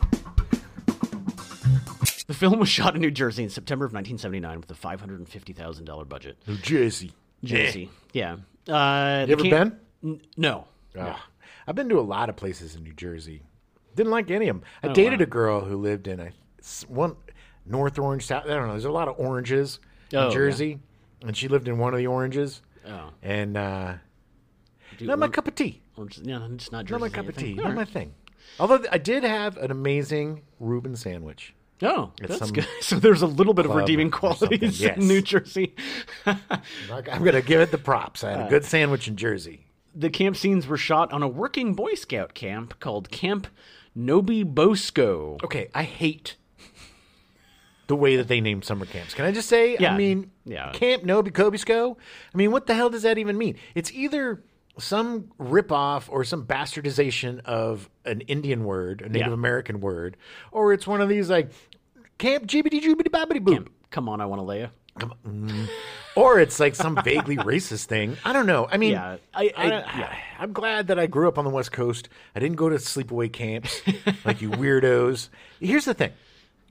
[SPEAKER 2] The film was shot in New Jersey in September of 1979 with a $550,000 budget.
[SPEAKER 1] New Jersey.
[SPEAKER 4] Eh.
[SPEAKER 2] Jersey, yeah. Uh,
[SPEAKER 1] You ever been?
[SPEAKER 2] N- no.
[SPEAKER 1] Ah, I've been to a lot of places in New Jersey. Didn't like any of them.
[SPEAKER 2] Oh,
[SPEAKER 1] I dated a girl who lived in a s- one North Orange, South. I don't know. There's a lot of oranges
[SPEAKER 2] Oh, yeah.
[SPEAKER 1] in Jersey, and she lived in one of the oranges.
[SPEAKER 2] Oh.
[SPEAKER 1] And uh,
[SPEAKER 2] Do
[SPEAKER 1] not my
[SPEAKER 2] or-
[SPEAKER 1] cup of tea.
[SPEAKER 2] or just- yeah, it's not Jersey.
[SPEAKER 1] Not my cup of tea.
[SPEAKER 2] No,
[SPEAKER 1] Not my thing. Although th- I did have an amazing Reuben sandwich.
[SPEAKER 2] Oh,
[SPEAKER 1] It's
[SPEAKER 2] that's
[SPEAKER 1] some
[SPEAKER 2] good. *laughs* So there's a little bit of
[SPEAKER 1] club
[SPEAKER 2] redeeming
[SPEAKER 1] or something,
[SPEAKER 2] qualities
[SPEAKER 1] yes.
[SPEAKER 2] in New Jersey. *laughs*
[SPEAKER 1] Like, I'm gonna give it the props. I had a good sandwich in Jersey.
[SPEAKER 2] the camp scenes were shot on a working Boy Scout camp called Camp Nobi Bosco.
[SPEAKER 1] Okay, I hate the way that they name summer camps. Can I just say?
[SPEAKER 2] Yeah,
[SPEAKER 1] I mean,
[SPEAKER 2] yeah.
[SPEAKER 1] Camp Nobi Kobisco. I mean, what the hell does that even mean? It's either some ripoff or some bastardization of an Indian word, a Native
[SPEAKER 2] Yeah.
[SPEAKER 1] American word, or it's one of these like Camp Jibbity Joobity Bobbity Boop.
[SPEAKER 2] Come on, I want to lay you.
[SPEAKER 1] Or it's like some vaguely racist thing. I don't know. I mean,
[SPEAKER 2] Yeah, I-
[SPEAKER 1] I,
[SPEAKER 2] I-
[SPEAKER 1] I, am glad that I grew up on the West Coast. I didn't go to sleepaway camps like you weirdos. Here's the thing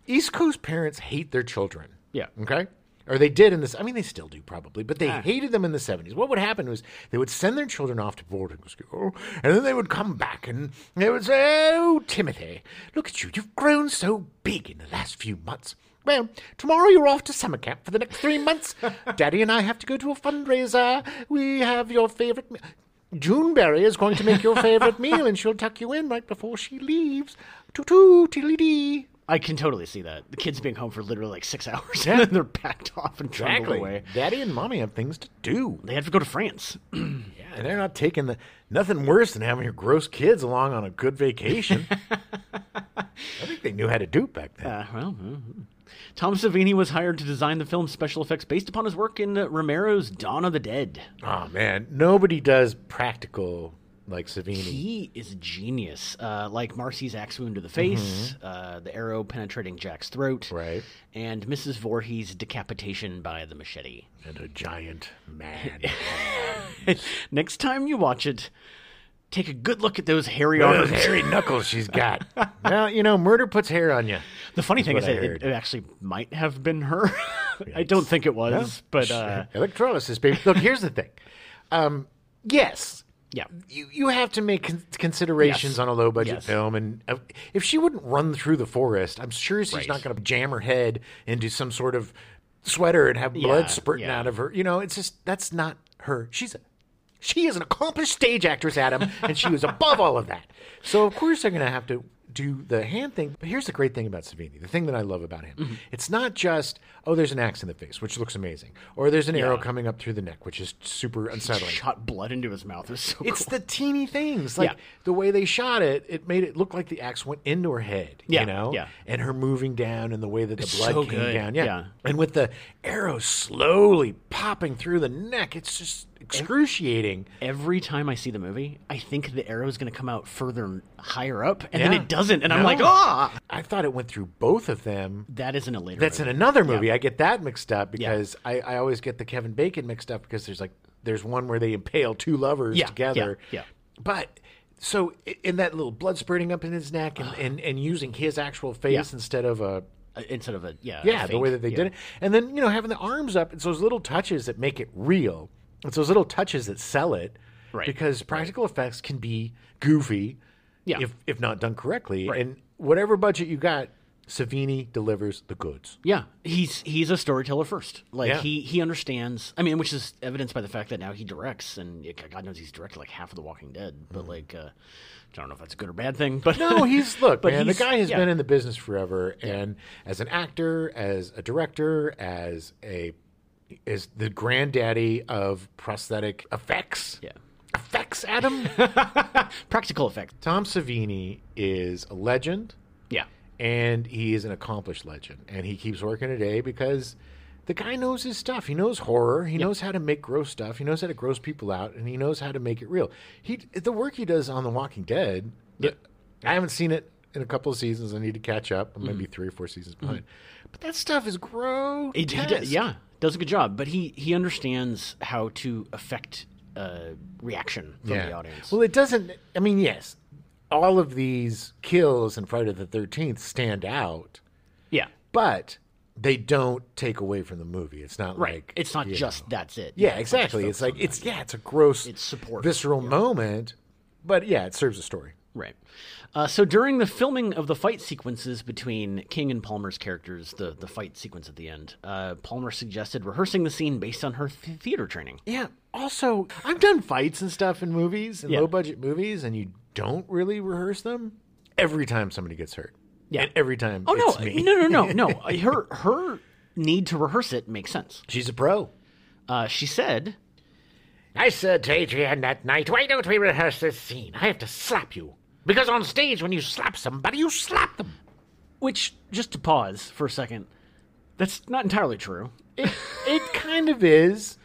[SPEAKER 1] East Coast parents hate their children.
[SPEAKER 2] Yeah.
[SPEAKER 1] Okay. Or they did in this. I mean, they still do probably, but they hated them in the 70s. What would happen was they would send their children off to boarding school, and then they would come back and they would say, Oh, Timothy, look at you. You've grown so big in the last few months. Well, tomorrow you're off to summer camp for the next three months. Daddy and I have to go to a fundraiser. We have your favorite. Me- Juneberry is going to make your favorite meal, and she'll tuck you in right before she leaves. Toot toot, tiddly dee.
[SPEAKER 2] I can totally see that. The kids being home for literally like six *laughs* hours and then they're packed off and trundled away.
[SPEAKER 1] Daddy and mommy have things to do.
[SPEAKER 2] They have to go to France.
[SPEAKER 1] Yeah, and they're not taking the nothing worse than having your gross kids along on a good
[SPEAKER 2] *laughs*
[SPEAKER 1] vacation. I think they knew how to do it back then.
[SPEAKER 2] Uh, well, mm-hmm. Tom Savini was hired to design the film's special effects based upon his work in uh, Romero's Dawn of the Dead.
[SPEAKER 1] oh man, nobody does practical like Savini.
[SPEAKER 2] He is a genius. Uh, like Marcy's axe wound
[SPEAKER 1] Mm-hmm.
[SPEAKER 2] to the face, uh, the arrow penetrating Jack's throat,
[SPEAKER 1] Right.
[SPEAKER 2] and Mrs. Voorhees' decapitation by the machete. *laughs*
[SPEAKER 1] And a giant man.
[SPEAKER 2] Next time you watch it, take a good look at those hairy
[SPEAKER 1] Those
[SPEAKER 2] arms.
[SPEAKER 1] hairy knuckles she's got. well, you know, murder puts hair on you.
[SPEAKER 2] *laughs* The funny thing
[SPEAKER 1] what
[SPEAKER 2] is,
[SPEAKER 1] I
[SPEAKER 2] that it,
[SPEAKER 1] heard.
[SPEAKER 2] it actually might have been her. *laughs* I don't think it was, but uh,
[SPEAKER 1] Electrolysis, baby. Look, here's the thing. Um, yes,
[SPEAKER 2] yeah,
[SPEAKER 1] you, you have to make con- considerations
[SPEAKER 2] Yes.
[SPEAKER 1] on a low budget
[SPEAKER 2] Yes.
[SPEAKER 1] film, and uh, if she wouldn't run through the forest, I'm sure she's
[SPEAKER 2] Right.
[SPEAKER 1] not going to jam her head into some sort of sweater and have blood
[SPEAKER 2] Yeah,
[SPEAKER 1] spurting
[SPEAKER 2] yeah.
[SPEAKER 1] out of her. You know, it's just that's not her. She's a she is an accomplished stage actress, Adam, and she was above all of that. So of course they're going to have to do the hand thing. But here's the great thing about Savini, the thing that I love about him.
[SPEAKER 2] Mm-hmm.
[SPEAKER 1] It's not just, oh, there's an axe in the face, which looks amazing, or there's an arrow coming up through the neck, which is super unsettling.
[SPEAKER 2] Shot blood into his mouth. It's so
[SPEAKER 1] It's
[SPEAKER 2] cool.
[SPEAKER 1] the teeny things, like
[SPEAKER 2] Yeah.
[SPEAKER 1] the way they shot it. It made it look like the axe went into her head,
[SPEAKER 2] Yeah,
[SPEAKER 1] you know,
[SPEAKER 2] yeah.
[SPEAKER 1] and her moving down, and the way that the blood
[SPEAKER 2] so
[SPEAKER 1] came
[SPEAKER 2] good,
[SPEAKER 1] down, yeah.
[SPEAKER 2] yeah.
[SPEAKER 1] and with the arrow slowly popping through the neck, it's just excruciating.
[SPEAKER 2] Every time I see the movie, I think the arrow is going to come out further and higher up, and then
[SPEAKER 1] Yeah.
[SPEAKER 2] it doesn't, and I'm
[SPEAKER 1] No.
[SPEAKER 2] like, ah!
[SPEAKER 1] I thought it went through both of them.
[SPEAKER 2] That is in a later.
[SPEAKER 1] That's in
[SPEAKER 2] movie.
[SPEAKER 1] another movie. I get that mixed up because I, I always get the Kevin Bacon mixed up because there's like there's one where they impale two lovers
[SPEAKER 2] Yeah,
[SPEAKER 1] together.
[SPEAKER 2] yeah, yeah.
[SPEAKER 1] But so i- in that little blood spurting up in his neck and, and, and using his
[SPEAKER 2] *sighs*
[SPEAKER 1] actual face
[SPEAKER 2] Yeah.
[SPEAKER 1] instead of a
[SPEAKER 2] Uh, instead of a yeah. a
[SPEAKER 1] yeah the
[SPEAKER 2] fake,
[SPEAKER 1] way that they
[SPEAKER 2] yeah.
[SPEAKER 1] did it, and then you know having the arms up. It's those little touches that make it real. It's those little touches that sell it.
[SPEAKER 2] Right.
[SPEAKER 1] Because practical effects can be goofy,
[SPEAKER 2] Yeah.
[SPEAKER 1] if if not done correctly,
[SPEAKER 2] Right.
[SPEAKER 1] and whatever budget you got, Savini delivers the goods.
[SPEAKER 2] Yeah, he's he's a storyteller first. Like
[SPEAKER 1] Yeah.
[SPEAKER 2] he he understands. I mean, which is evidenced by the fact that now he directs, and yeah, God knows he's directed like half of The Walking Dead. But like, uh, I don't know if that's a good or bad thing. But
[SPEAKER 1] Mm. No, he's look,
[SPEAKER 2] But
[SPEAKER 1] man.
[SPEAKER 2] he's-
[SPEAKER 1] the guy has
[SPEAKER 2] yeah.
[SPEAKER 1] been in the business forever, and as an actor, as a director, as a is the granddaddy of prosthetic effects.
[SPEAKER 2] Yeah.
[SPEAKER 1] effects. Adam
[SPEAKER 2] *laughs* *laughs* practical effect.
[SPEAKER 1] Tom Savini is a legend,
[SPEAKER 2] Yeah,
[SPEAKER 1] and he is an accomplished legend, and he keeps working today because. The guy knows his stuff. He knows horror. He knows how to make gross stuff. He knows how to gross people out, and he knows how to make it real. He the work he does on The Walking Dead. I haven't seen it in a couple of seasons. I need to catch up. I'm
[SPEAKER 2] Mm.
[SPEAKER 1] maybe three or four seasons behind. But that stuff is gross.
[SPEAKER 2] He d- he d- yeah, does a good job. But he he understands how to affect uh, reaction from the audience.
[SPEAKER 1] Well, it doesn't. I mean, yes, all of these kills in Friday the Thirteenth stand out,
[SPEAKER 2] yeah,
[SPEAKER 1] but they don't take away from the movie. It's not
[SPEAKER 2] right.
[SPEAKER 1] like
[SPEAKER 2] it's not
[SPEAKER 1] you
[SPEAKER 2] just that's it.
[SPEAKER 1] Yeah,
[SPEAKER 2] it's not just
[SPEAKER 1] exactly. It's
[SPEAKER 2] focused
[SPEAKER 1] like
[SPEAKER 2] on
[SPEAKER 1] it's yeah, it's a gross,
[SPEAKER 2] It's support.
[SPEAKER 1] visceral moment, but yeah, it serves a story.
[SPEAKER 2] Right. Uh, so during the filming of the fight sequences between King and Palmer's characters, the, the fight sequence at the end, uh, Palmer suggested rehearsing the scene based on her th- theater training.
[SPEAKER 1] Yeah. Also, I've done fights and stuff in movies, in
[SPEAKER 2] Yeah.
[SPEAKER 1] low budget movies, and you don't really rehearse them. Every time somebody gets hurt.
[SPEAKER 2] Yeah.
[SPEAKER 1] And every time.
[SPEAKER 2] Oh
[SPEAKER 1] it's
[SPEAKER 2] no,
[SPEAKER 1] Me.
[SPEAKER 2] no, no, *laughs* no, no! Uh, Her her need to rehearse it makes sense.
[SPEAKER 1] She's a pro.
[SPEAKER 2] Uh, she said,
[SPEAKER 3] I said to Adrian that night, why don't we rehearse this scene? I have to slap you. Because on stage, when you slap somebody, you slap them.
[SPEAKER 2] which just to pause for a second, that's not entirely true.
[SPEAKER 1] It, it *laughs* kind of is.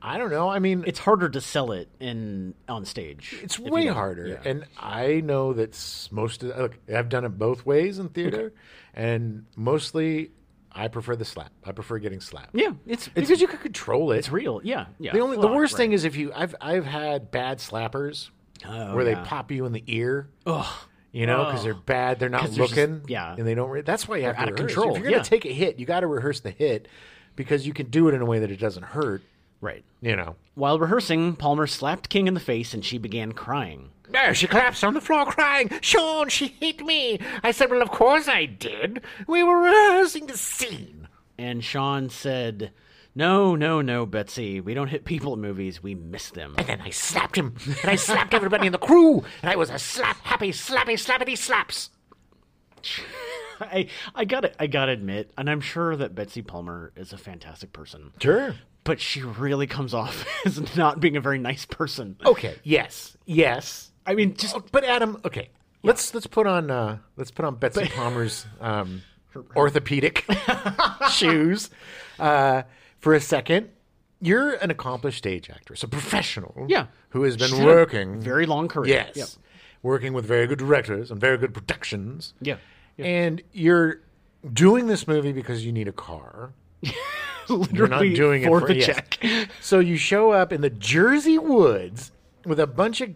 [SPEAKER 1] I don't know. I mean,
[SPEAKER 2] It's harder to sell it in on stage.
[SPEAKER 1] it's
[SPEAKER 2] if you
[SPEAKER 1] way
[SPEAKER 2] don't-
[SPEAKER 1] harder.
[SPEAKER 2] yeah.
[SPEAKER 1] And I know that s- most of look, I've done it both ways in theater, and mostly I prefer the slap. I prefer getting slapped.
[SPEAKER 2] yeah, it's it's,
[SPEAKER 1] Because you can control it.
[SPEAKER 2] it's real. Yeah, yeah.
[SPEAKER 1] The only the
[SPEAKER 2] Well,
[SPEAKER 1] worst
[SPEAKER 2] right.
[SPEAKER 1] thing is if you I've I've had bad slappers
[SPEAKER 2] Oh,
[SPEAKER 1] where
[SPEAKER 2] yeah. Oh.
[SPEAKER 1] they pop you in the ear. You know, because they're bad, they're not
[SPEAKER 2] 'Cause they're just-
[SPEAKER 1] looking,
[SPEAKER 2] yeah.
[SPEAKER 1] and they don't. Re- that's why you have
[SPEAKER 2] out
[SPEAKER 1] to
[SPEAKER 2] of
[SPEAKER 1] rehearse.
[SPEAKER 2] control,
[SPEAKER 1] If you're gonna
[SPEAKER 2] yeah.
[SPEAKER 1] take a hit, you got to rehearse the hit because you can do it in a way that it doesn't hurt.
[SPEAKER 2] right.
[SPEAKER 1] You know,
[SPEAKER 2] While rehearsing, Palmer slapped King in the face and she began crying.
[SPEAKER 3] There she collapsed on the floor crying, Sean, she hit me. I said, Well, of course I did. We were rehearsing the scene.
[SPEAKER 2] And Sean said, No, no, no, Betsy. We don't hit people in movies, we miss them. *laughs*
[SPEAKER 3] And then I slapped him, and I slapped everybody in the crew, and I was a slap, happy, slappy, slappity slaps.
[SPEAKER 2] I, I gotta I gotta admit, and I'm sure that Betsy Palmer is a fantastic person.
[SPEAKER 1] sure.
[SPEAKER 2] But she really comes off *laughs* as not being a very nice person.
[SPEAKER 1] Okay. Yes. Yes.
[SPEAKER 2] I mean just
[SPEAKER 1] Oh, But Adam, okay, let's let's put on uh, let's put on Betsy
[SPEAKER 2] *laughs*
[SPEAKER 1] Palmer's um, orthopedic shoes uh, for a second. You're an accomplished stage actress, a professional,
[SPEAKER 2] Yeah.
[SPEAKER 1] who has been
[SPEAKER 2] She's had a
[SPEAKER 1] working
[SPEAKER 2] very long career.
[SPEAKER 1] Yes.
[SPEAKER 2] Yep.
[SPEAKER 1] Working with very good directors and very good productions.
[SPEAKER 2] Yeah. Yeah.
[SPEAKER 1] And you're doing this movie because you need a car. You're not
[SPEAKER 2] *laughs* Literally
[SPEAKER 1] doing
[SPEAKER 2] for
[SPEAKER 1] it for
[SPEAKER 2] the
[SPEAKER 1] yes.
[SPEAKER 2] check.
[SPEAKER 1] *laughs* So you show up in the Jersey woods with a bunch of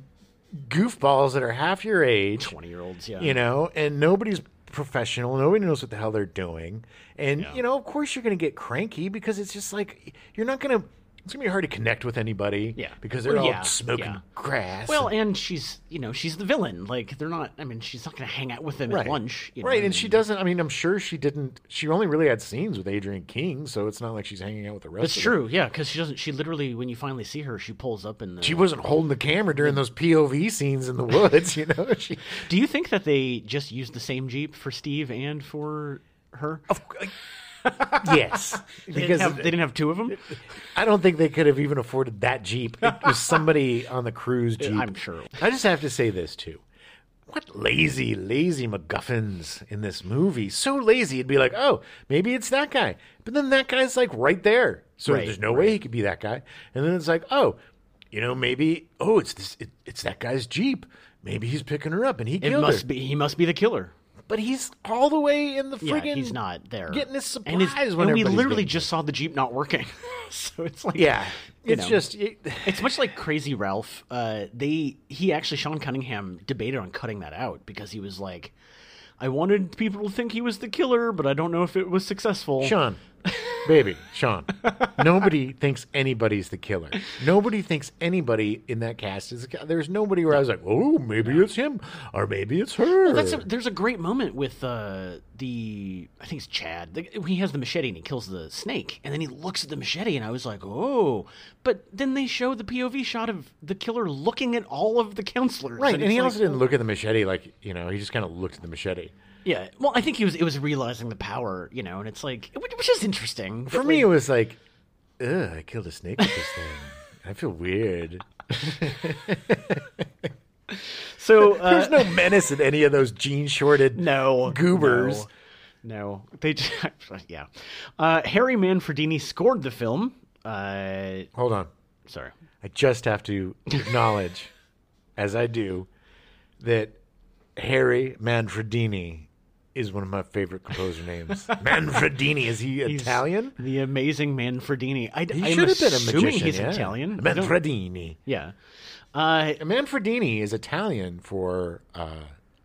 [SPEAKER 1] goofballs that are half your age,
[SPEAKER 2] Twenty year olds, yeah.
[SPEAKER 1] you know, and nobody's professional. Nobody knows what the hell they're doing. And, you know, of course you're going to get cranky because it's just like you're not going to It's gonna be hard to connect with anybody.
[SPEAKER 2] Yeah.
[SPEAKER 1] Because they're
[SPEAKER 2] Well,
[SPEAKER 1] all
[SPEAKER 2] yeah,
[SPEAKER 1] smoking
[SPEAKER 2] yeah.
[SPEAKER 1] grass.
[SPEAKER 2] Well,
[SPEAKER 1] and-
[SPEAKER 2] and she's you know she's the villain. Like they're not. I mean, she's not going to hang out with them
[SPEAKER 1] Right.
[SPEAKER 2] at lunch. You know?
[SPEAKER 1] right, and she doesn't. I mean, I'm sure she didn't. She only really had scenes with Adrian King, so it's not like she's hanging out with the rest.
[SPEAKER 2] That's
[SPEAKER 1] of
[SPEAKER 2] true. Yeah, because she doesn't. She literally, when you finally see her, she pulls up in the.
[SPEAKER 1] Them. She wasn't holding the camera during those POV scenes in the woods. *laughs* You know,
[SPEAKER 2] *laughs*
[SPEAKER 1] she.
[SPEAKER 2] Do you think that they just used the same jeep for Steve and for her?
[SPEAKER 1] Oh, Yes,
[SPEAKER 2] They didn't, have, they didn't have two of them.
[SPEAKER 1] I don't think they could have even afforded that Jeep. It was somebody on the cruise Jeep.
[SPEAKER 2] *laughs* I'm sure.
[SPEAKER 1] I just have to say this, too. What lazy, lazy MacGuffins in this movie. So lazy, it'd be like, oh, maybe it's that guy. But then that guy's like right there. So
[SPEAKER 2] Right,
[SPEAKER 1] there's no way he could be that guy. And then it's like, oh, you know, maybe, oh, it's this, it, it's that guy's Jeep. Maybe he's picking her up and he
[SPEAKER 2] It
[SPEAKER 1] killed
[SPEAKER 2] must
[SPEAKER 1] her.
[SPEAKER 2] be. He must be the killer.
[SPEAKER 1] But he's all the way in the friggin'.
[SPEAKER 2] yeah, he's not there.
[SPEAKER 1] getting his
[SPEAKER 2] And, it's-
[SPEAKER 1] supplies when
[SPEAKER 2] and we
[SPEAKER 1] everybody's
[SPEAKER 2] literally
[SPEAKER 1] getting
[SPEAKER 2] just saw the jeep not working. *laughs* so it's like
[SPEAKER 1] Yeah.
[SPEAKER 2] you
[SPEAKER 1] It's
[SPEAKER 2] know.
[SPEAKER 1] just. It,
[SPEAKER 2] It's much like Crazy Ralph. Uh, they he actually Sean Cunningham debated on cutting that out because he was like, I wanted people to think he was the killer, but I don't know if it was successful.
[SPEAKER 1] Sean, baby, Sean. Nobody thinks anybody's the killer. Nobody thinks anybody in that cast is. The ki- There's nobody where I was like, oh, maybe it's him, or maybe it's her.
[SPEAKER 2] Well, that's a, there's a great moment with uh, the I think it's Chad. The, he has the machete and he kills the snake, and then he looks at the machete, and I was like, oh! But then they show the POV shot of the killer looking at all of the counselors,
[SPEAKER 1] right, and
[SPEAKER 2] it's
[SPEAKER 1] he
[SPEAKER 2] like-
[SPEAKER 1] also didn't look at the machete like you know. He just kind of looked at the machete.
[SPEAKER 2] yeah. Well, I think he was it was realizing the power, you know, and it's like which, which is interesting
[SPEAKER 1] For
[SPEAKER 2] but,
[SPEAKER 1] me, it
[SPEAKER 2] like,
[SPEAKER 1] was like, ugh, I killed a snake with this thing. I feel weird.
[SPEAKER 2] *laughs* So
[SPEAKER 1] There's
[SPEAKER 2] uh,
[SPEAKER 1] no menace in any of those jean shorted
[SPEAKER 2] no
[SPEAKER 1] goobers.
[SPEAKER 2] No. No. they just, *laughs* yeah. Uh, Harry Manfredini scored the film. Uh,
[SPEAKER 1] Hold on.
[SPEAKER 2] sorry,
[SPEAKER 1] I just have to acknowledge, as I do, that Harry Manfredini is one of my favorite composer *laughs* names. Manfredini is he Italian?
[SPEAKER 2] the amazing Manfredini. I,
[SPEAKER 1] He
[SPEAKER 2] I'm
[SPEAKER 1] should have been a
[SPEAKER 2] assuming
[SPEAKER 1] magician.
[SPEAKER 2] he's
[SPEAKER 1] yeah.
[SPEAKER 2] Italian. I don't-
[SPEAKER 1] Manfredini.
[SPEAKER 2] Yeah. Uh,
[SPEAKER 1] Manfredini is Italian for uh,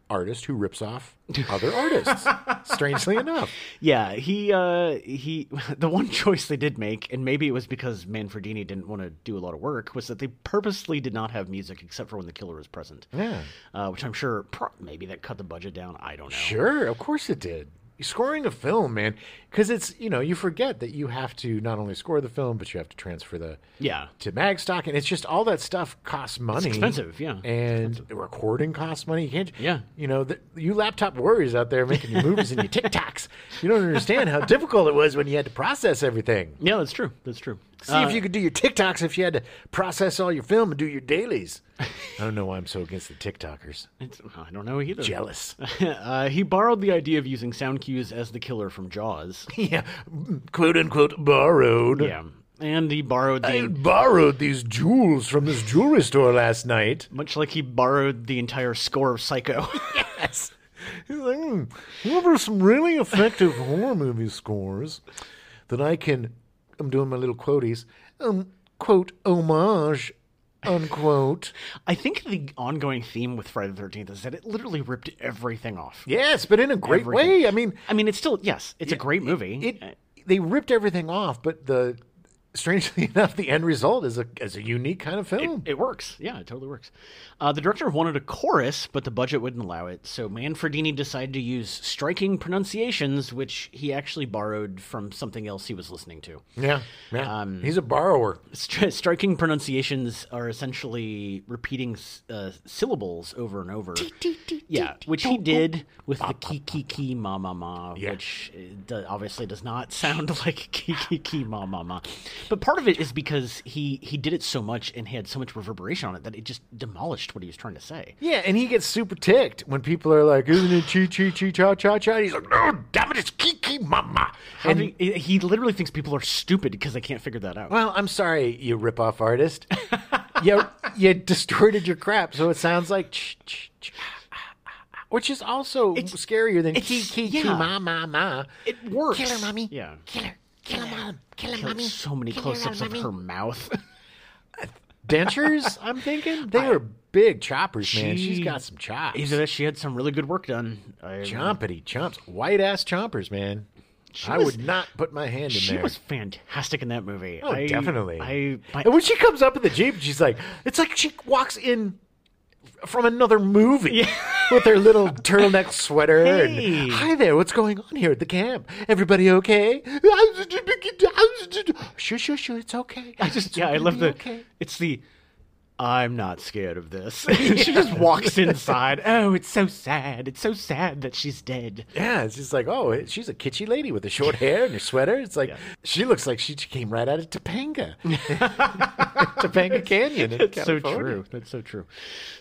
[SPEAKER 1] artist who rips off other *laughs* artists. Strangely enough,
[SPEAKER 2] yeah, he uh, he. *laughs* The one choice they did make, and maybe it was because Manfredini didn't want to do a lot of work, was that they purposely did not have music except for when the killer was present.
[SPEAKER 1] Yeah.
[SPEAKER 2] uh, which I'm sure pro- maybe that cut the budget down. I don't know.
[SPEAKER 1] sure, of course it did. Scoring a film, man, because it's you know you forget that you have to not only score the film but you have to transfer the
[SPEAKER 2] Yeah,
[SPEAKER 1] to mag stock and it's just all that stuff costs money
[SPEAKER 2] expensive, yeah.
[SPEAKER 1] and the recording costs money you can't
[SPEAKER 2] Yeah.
[SPEAKER 1] you know the, you laptop warriors out there making your movies and your tiktoks you don't understand how difficult it was when you had to process everything
[SPEAKER 2] yeah, that's true. That's true. Uh,
[SPEAKER 1] see if you could do your tiktoks if you had to process all your film and do your dailies i don't know why i'm so against the tiktokers
[SPEAKER 2] It's, I don't know either.
[SPEAKER 1] jealous
[SPEAKER 2] *laughs* uh, he borrowed the idea of using sound cues as the killer from Jaws.
[SPEAKER 1] yeah quote unquote borrowed
[SPEAKER 2] yeah, and he borrowed the
[SPEAKER 1] I borrowed these jewels from this jewelry store last night
[SPEAKER 2] much like he borrowed the entire score of Psycho. *laughs*
[SPEAKER 1] Yes. He's like, hmm, what are some really effective horror movie scores that I can, I'm doing my little quoties, um, quote, homage,
[SPEAKER 2] *laughs*
[SPEAKER 1] unquote.
[SPEAKER 2] I think the ongoing theme with Friday the Thirteenth is that it literally ripped everything off.
[SPEAKER 1] yes, but in a great
[SPEAKER 2] Everything.
[SPEAKER 1] way. I mean,
[SPEAKER 2] I mean, it's still yes, it's a great movie. Uh,
[SPEAKER 1] it, they ripped everything off, but the, strangely *laughs* enough, the end result is a, is a unique kind of film.
[SPEAKER 2] it works. Yeah, it totally works. Uh, the director wanted a chorus, but the budget wouldn't allow it, so Manfredini decided to use striking pronunciations, which he actually borrowed from something else he was listening to.
[SPEAKER 1] yeah. yeah.
[SPEAKER 2] um,
[SPEAKER 1] He's a borrower.
[SPEAKER 2] Stri striking pronunciations are essentially repeating s- uh, syllables over and over. Yeah, which he did with the ki ki ki ma ma ma,
[SPEAKER 1] Yeah.
[SPEAKER 2] which uh, do- obviously does not *laughs* sound like ki ki ki ma ma ma. But part of it is because he he did it so much and had so much reverberation on it that it just demolished what he was trying to say.
[SPEAKER 1] Yeah, and he gets super ticked when people are like, isn't it chi chi chi cha cha cha? He's like, no, damn it, it's kiki mama.
[SPEAKER 2] And he, he literally thinks people are stupid because they can't figure that out.
[SPEAKER 1] Well, I'm sorry, you rip-off artist. you you distorted your crap, so it sounds like, ch- ch- ch- ah, ah, ah, which is also scarier than
[SPEAKER 2] it's-
[SPEAKER 1] key key key
[SPEAKER 2] yeah.
[SPEAKER 1] ma ma ma.
[SPEAKER 2] it works.
[SPEAKER 3] Killer mommy.
[SPEAKER 2] Yeah.
[SPEAKER 3] Killer. Killer mom. Killer
[SPEAKER 2] Killed
[SPEAKER 3] mommy.
[SPEAKER 2] so many
[SPEAKER 3] Killer
[SPEAKER 2] close-ups of
[SPEAKER 3] mommy.
[SPEAKER 2] her
[SPEAKER 3] *laughs*
[SPEAKER 2] mouth. *laughs*
[SPEAKER 1] Dentures, I'm thinking they were big choppers, man. She's
[SPEAKER 2] She-
[SPEAKER 1] got some chops.
[SPEAKER 2] Either that, she had some really good work done. I-
[SPEAKER 1] Chompity chomps, white ass chompers, man.
[SPEAKER 2] She
[SPEAKER 1] I
[SPEAKER 2] was-
[SPEAKER 1] would not put my hand in
[SPEAKER 2] She
[SPEAKER 1] there.
[SPEAKER 2] was fantastic in that movie.
[SPEAKER 1] Oh,
[SPEAKER 2] I-
[SPEAKER 1] definitely.
[SPEAKER 2] I, my-
[SPEAKER 1] and when she comes up in the jeep, she's like, it's like she walks in f- from another movie *laughs* with her little turtleneck sweater.
[SPEAKER 2] Hey.
[SPEAKER 1] And, Hi there, what's going on here at the camp? Everybody okay? Sure, sure, sure, it's okay.
[SPEAKER 2] I just *laughs* yeah, I love the.
[SPEAKER 1] Okay.
[SPEAKER 2] It's the. I'm not scared of this.
[SPEAKER 1] *laughs*
[SPEAKER 2] *laughs* she just *laughs* walks inside. Oh, it's so sad. It's so sad that she's dead.
[SPEAKER 1] Yeah, it's just like, oh, it- she's a kitschy lady with the short hair and her sweater. It's like, she looks like she j- came right out of *laughs* Topanga. Topanga Canyon. in
[SPEAKER 2] That's so
[SPEAKER 1] California.
[SPEAKER 2] true. That's so true.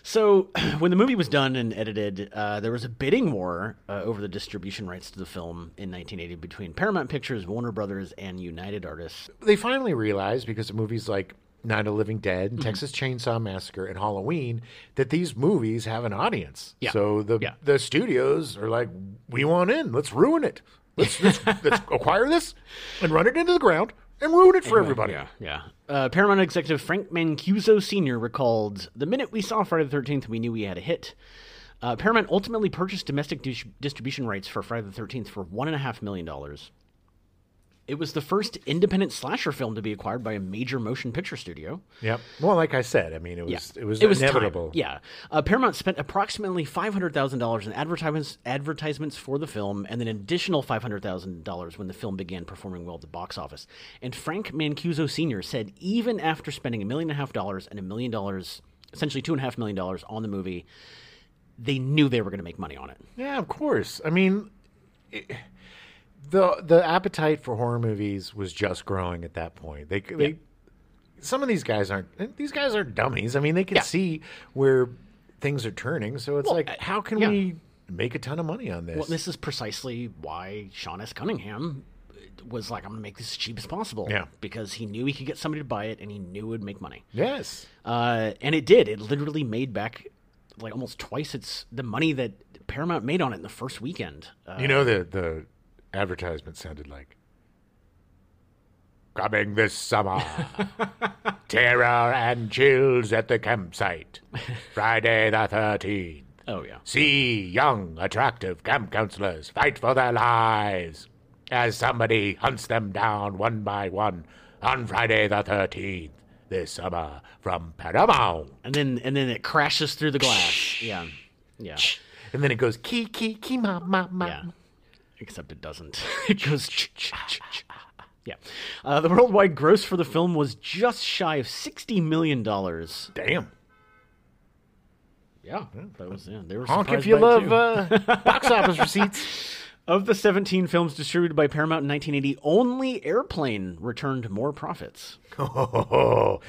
[SPEAKER 2] So, *clears throat* when the movie was done and edited, uh, there was a bidding war uh, over the distribution rights to the film in 1980 between Paramount Pictures, Warner Brothers, and United Artists.
[SPEAKER 1] they finally realized because of movies like Night of the Living Dead,
[SPEAKER 2] Mm-hmm.
[SPEAKER 1] Texas Chainsaw Massacre, and Halloween that these movies have an audience.
[SPEAKER 2] Yeah.
[SPEAKER 1] So the
[SPEAKER 2] Yeah.
[SPEAKER 1] the studios are like, we want in. Let's ruin it. Let's,
[SPEAKER 2] *laughs*
[SPEAKER 1] let's, let's acquire this and run it into the ground and ruin it for everybody.
[SPEAKER 2] Yeah. Uh, Paramount executive Frank Mancuso Sr. recalled The minute we saw Friday the 13th, we knew we had a hit. Uh, Paramount ultimately purchased domestic dis- distribution rights for Friday the 13th for $1.5 million. It was the first independent slasher film to be acquired by a major motion picture studio.
[SPEAKER 1] Yep. Well, like I said, I mean, it was it was
[SPEAKER 2] time.
[SPEAKER 1] inevitable.
[SPEAKER 2] Yeah, uh, Paramount spent approximately five hundred thousand dollars in advertisements advertisements for the film, and an additional five hundred thousand dollars when the film began performing well at the box office. And Frank Mancuso Sr. said, even after spending a million and a half dollars and a million dollars, essentially two and a half million dollars on the movie, they knew they were going to make money on it.
[SPEAKER 1] Yeah, of course. I mean, it, the the appetite for horror movies was just growing at that point. They they some of these guys aren't these guys are dummies. I mean, they can see where things are turning. So it's like, how can
[SPEAKER 2] yeah.
[SPEAKER 1] we make a ton of money on this?
[SPEAKER 2] Well, this is precisely why Sean S. Cunningham was like, "I'm going to make this as cheap as possible,"
[SPEAKER 1] Yeah.
[SPEAKER 2] because he knew he could get somebody to buy it, and he knew it would make money.
[SPEAKER 1] yes.
[SPEAKER 2] Uh, and it did. It literally made back like almost twice its the money that Paramount made on it in the first weekend. Uh,
[SPEAKER 1] you know the the advertisement sounded like coming this
[SPEAKER 2] *laughs*
[SPEAKER 1] summer. Terror and chills at the campsite. Friday the thirteenth.
[SPEAKER 2] oh yeah.
[SPEAKER 1] See young, attractive camp counselors fight for their lives as somebody hunts them down one by one on Friday the 13th this summer from Paramount.
[SPEAKER 2] And then and then it crashes through the glass. yeah. Yeah.
[SPEAKER 1] And then it goes, key, key, key, ma, ma, ma.
[SPEAKER 2] Yeah. Except it doesn't. *laughs* it goes. ch- ch- ch- ch- Yeah. Uh, the worldwide gross for the film was just shy of sixty million dollars.
[SPEAKER 1] Damn.
[SPEAKER 2] Yeah, that was. Yeah, they were.
[SPEAKER 1] Honk if
[SPEAKER 2] surprised
[SPEAKER 1] you
[SPEAKER 2] by it,
[SPEAKER 1] love
[SPEAKER 2] too.
[SPEAKER 1] *laughs* uh, box office receipts.
[SPEAKER 2] Of the 17 films distributed by Paramount in 1980, only Airplane returned more profits.
[SPEAKER 1] *laughs* Oh,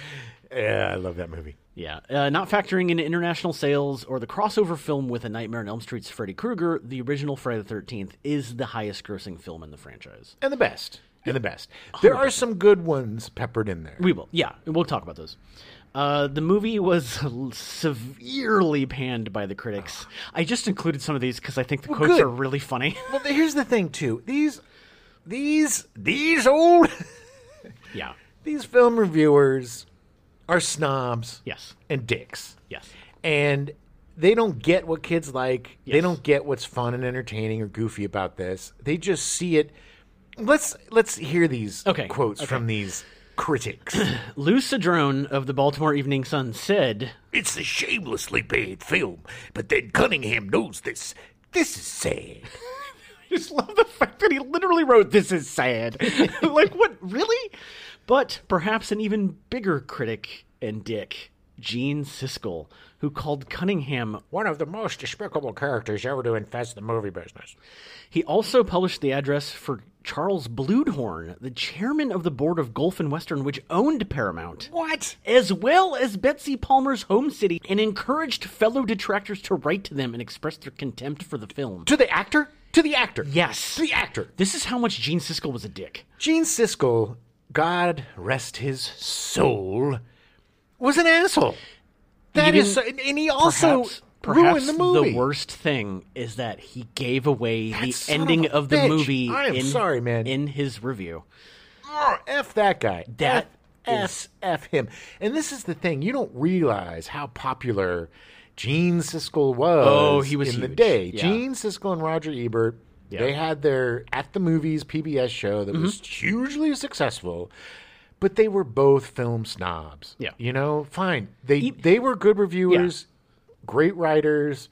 [SPEAKER 1] yeah, I love that movie.
[SPEAKER 2] Yeah, uh, not factoring in international sales or the crossover film with A Nightmare on Elm Street's Freddy Krueger, the original Friday the 13th is the highest grossing film in the franchise.
[SPEAKER 1] And the best. And the best. There are some good ones peppered in there.
[SPEAKER 2] We will, yeah, we'll talk about those. Uh, the movie was *laughs* severely panned by the critics. I just included some of these because I think the quotes
[SPEAKER 1] good.
[SPEAKER 2] are really funny. *laughs*
[SPEAKER 1] Well, here's the thing, too. These, these, these old.
[SPEAKER 2] yeah,
[SPEAKER 1] these film reviewers are snobs
[SPEAKER 2] yes,
[SPEAKER 1] and dicks.
[SPEAKER 2] yes.
[SPEAKER 1] And they don't get what kids like. They
[SPEAKER 2] Yes.
[SPEAKER 1] don't get what's fun and entertaining or goofy about this. They just see it. Let's let's hear these
[SPEAKER 2] Okay,
[SPEAKER 1] quotes from these
[SPEAKER 2] *clears throat*
[SPEAKER 1] critics.
[SPEAKER 2] Lou Cedrone of the Baltimore Evening Sun said,
[SPEAKER 4] It's a shamelessly bad film, but then Cunningham knows this. This is sad.
[SPEAKER 2] *laughs* I just love the fact that he literally wrote, This is sad. *laughs* like, what? Really? But perhaps an even bigger critic and dick, Gene Siskel, who called Cunningham.
[SPEAKER 3] One of the most despicable characters ever to infest the movie business.
[SPEAKER 2] He also published the address for Charles Bludhorn, the chairman of the board of Gulf and Western, which owned Paramount.
[SPEAKER 1] what?
[SPEAKER 2] As well as Betsy Palmer's home city, and encouraged fellow detractors to write to them and express their contempt for the film.
[SPEAKER 1] To the actor? To the actor.
[SPEAKER 2] Yes.
[SPEAKER 1] To the actor.
[SPEAKER 2] This is how much Gene Siskel was a dick.
[SPEAKER 1] Gene Siskel, God rest his soul, was an asshole. That
[SPEAKER 2] You
[SPEAKER 1] is, so,
[SPEAKER 2] didn't-
[SPEAKER 1] and and he also
[SPEAKER 2] perhaps, perhaps
[SPEAKER 1] ruined the movie.
[SPEAKER 2] worst thing is that he gave away
[SPEAKER 1] That
[SPEAKER 2] the
[SPEAKER 1] son of
[SPEAKER 2] ending
[SPEAKER 1] a
[SPEAKER 2] of, the
[SPEAKER 1] bitch.
[SPEAKER 2] movie.
[SPEAKER 1] I am
[SPEAKER 2] in,
[SPEAKER 1] sorry, man.
[SPEAKER 2] In his review,
[SPEAKER 1] Oh, F that guy.
[SPEAKER 2] That
[SPEAKER 1] F, F, F him. And this is the thing. You don't realize how popular Gene Siskel was,
[SPEAKER 2] Oh, he was
[SPEAKER 1] in the
[SPEAKER 2] huge.
[SPEAKER 1] day.
[SPEAKER 2] Yeah.
[SPEAKER 1] Gene Siskel and Roger Ebert
[SPEAKER 2] Yeah.
[SPEAKER 1] They had their at the movies PBS show that was
[SPEAKER 2] Mm-hmm.
[SPEAKER 1] hugely successful, but they were both film snobs.
[SPEAKER 2] Yeah. E
[SPEAKER 1] You know, fine. They they were good reviewers, great writers.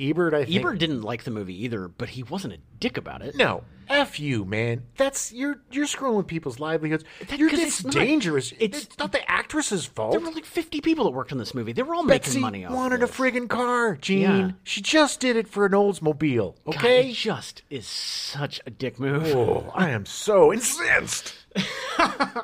[SPEAKER 1] Ebert, I think.
[SPEAKER 2] Ebert didn't like the movie either, but he wasn't a dick about it.
[SPEAKER 1] No, f you, man. That's you're you're screwing with people's livelihoods.
[SPEAKER 2] That-
[SPEAKER 1] you're
[SPEAKER 2] 'cause
[SPEAKER 1] it's
[SPEAKER 2] it's not-
[SPEAKER 1] dangerous.
[SPEAKER 2] it's-
[SPEAKER 1] It's, not the actress's
[SPEAKER 2] There
[SPEAKER 1] fault.
[SPEAKER 2] were like 50 people that worked on this movie. They were all
[SPEAKER 1] Betsy
[SPEAKER 2] making money off
[SPEAKER 1] wanted
[SPEAKER 2] this.
[SPEAKER 1] a friggin' car, Gene.
[SPEAKER 2] Yeah.
[SPEAKER 1] She just did it for an Oldsmobile.
[SPEAKER 2] God,
[SPEAKER 1] Okay.
[SPEAKER 2] it just is such a dick move.
[SPEAKER 1] oh, I am so incensed.
[SPEAKER 2] Uh,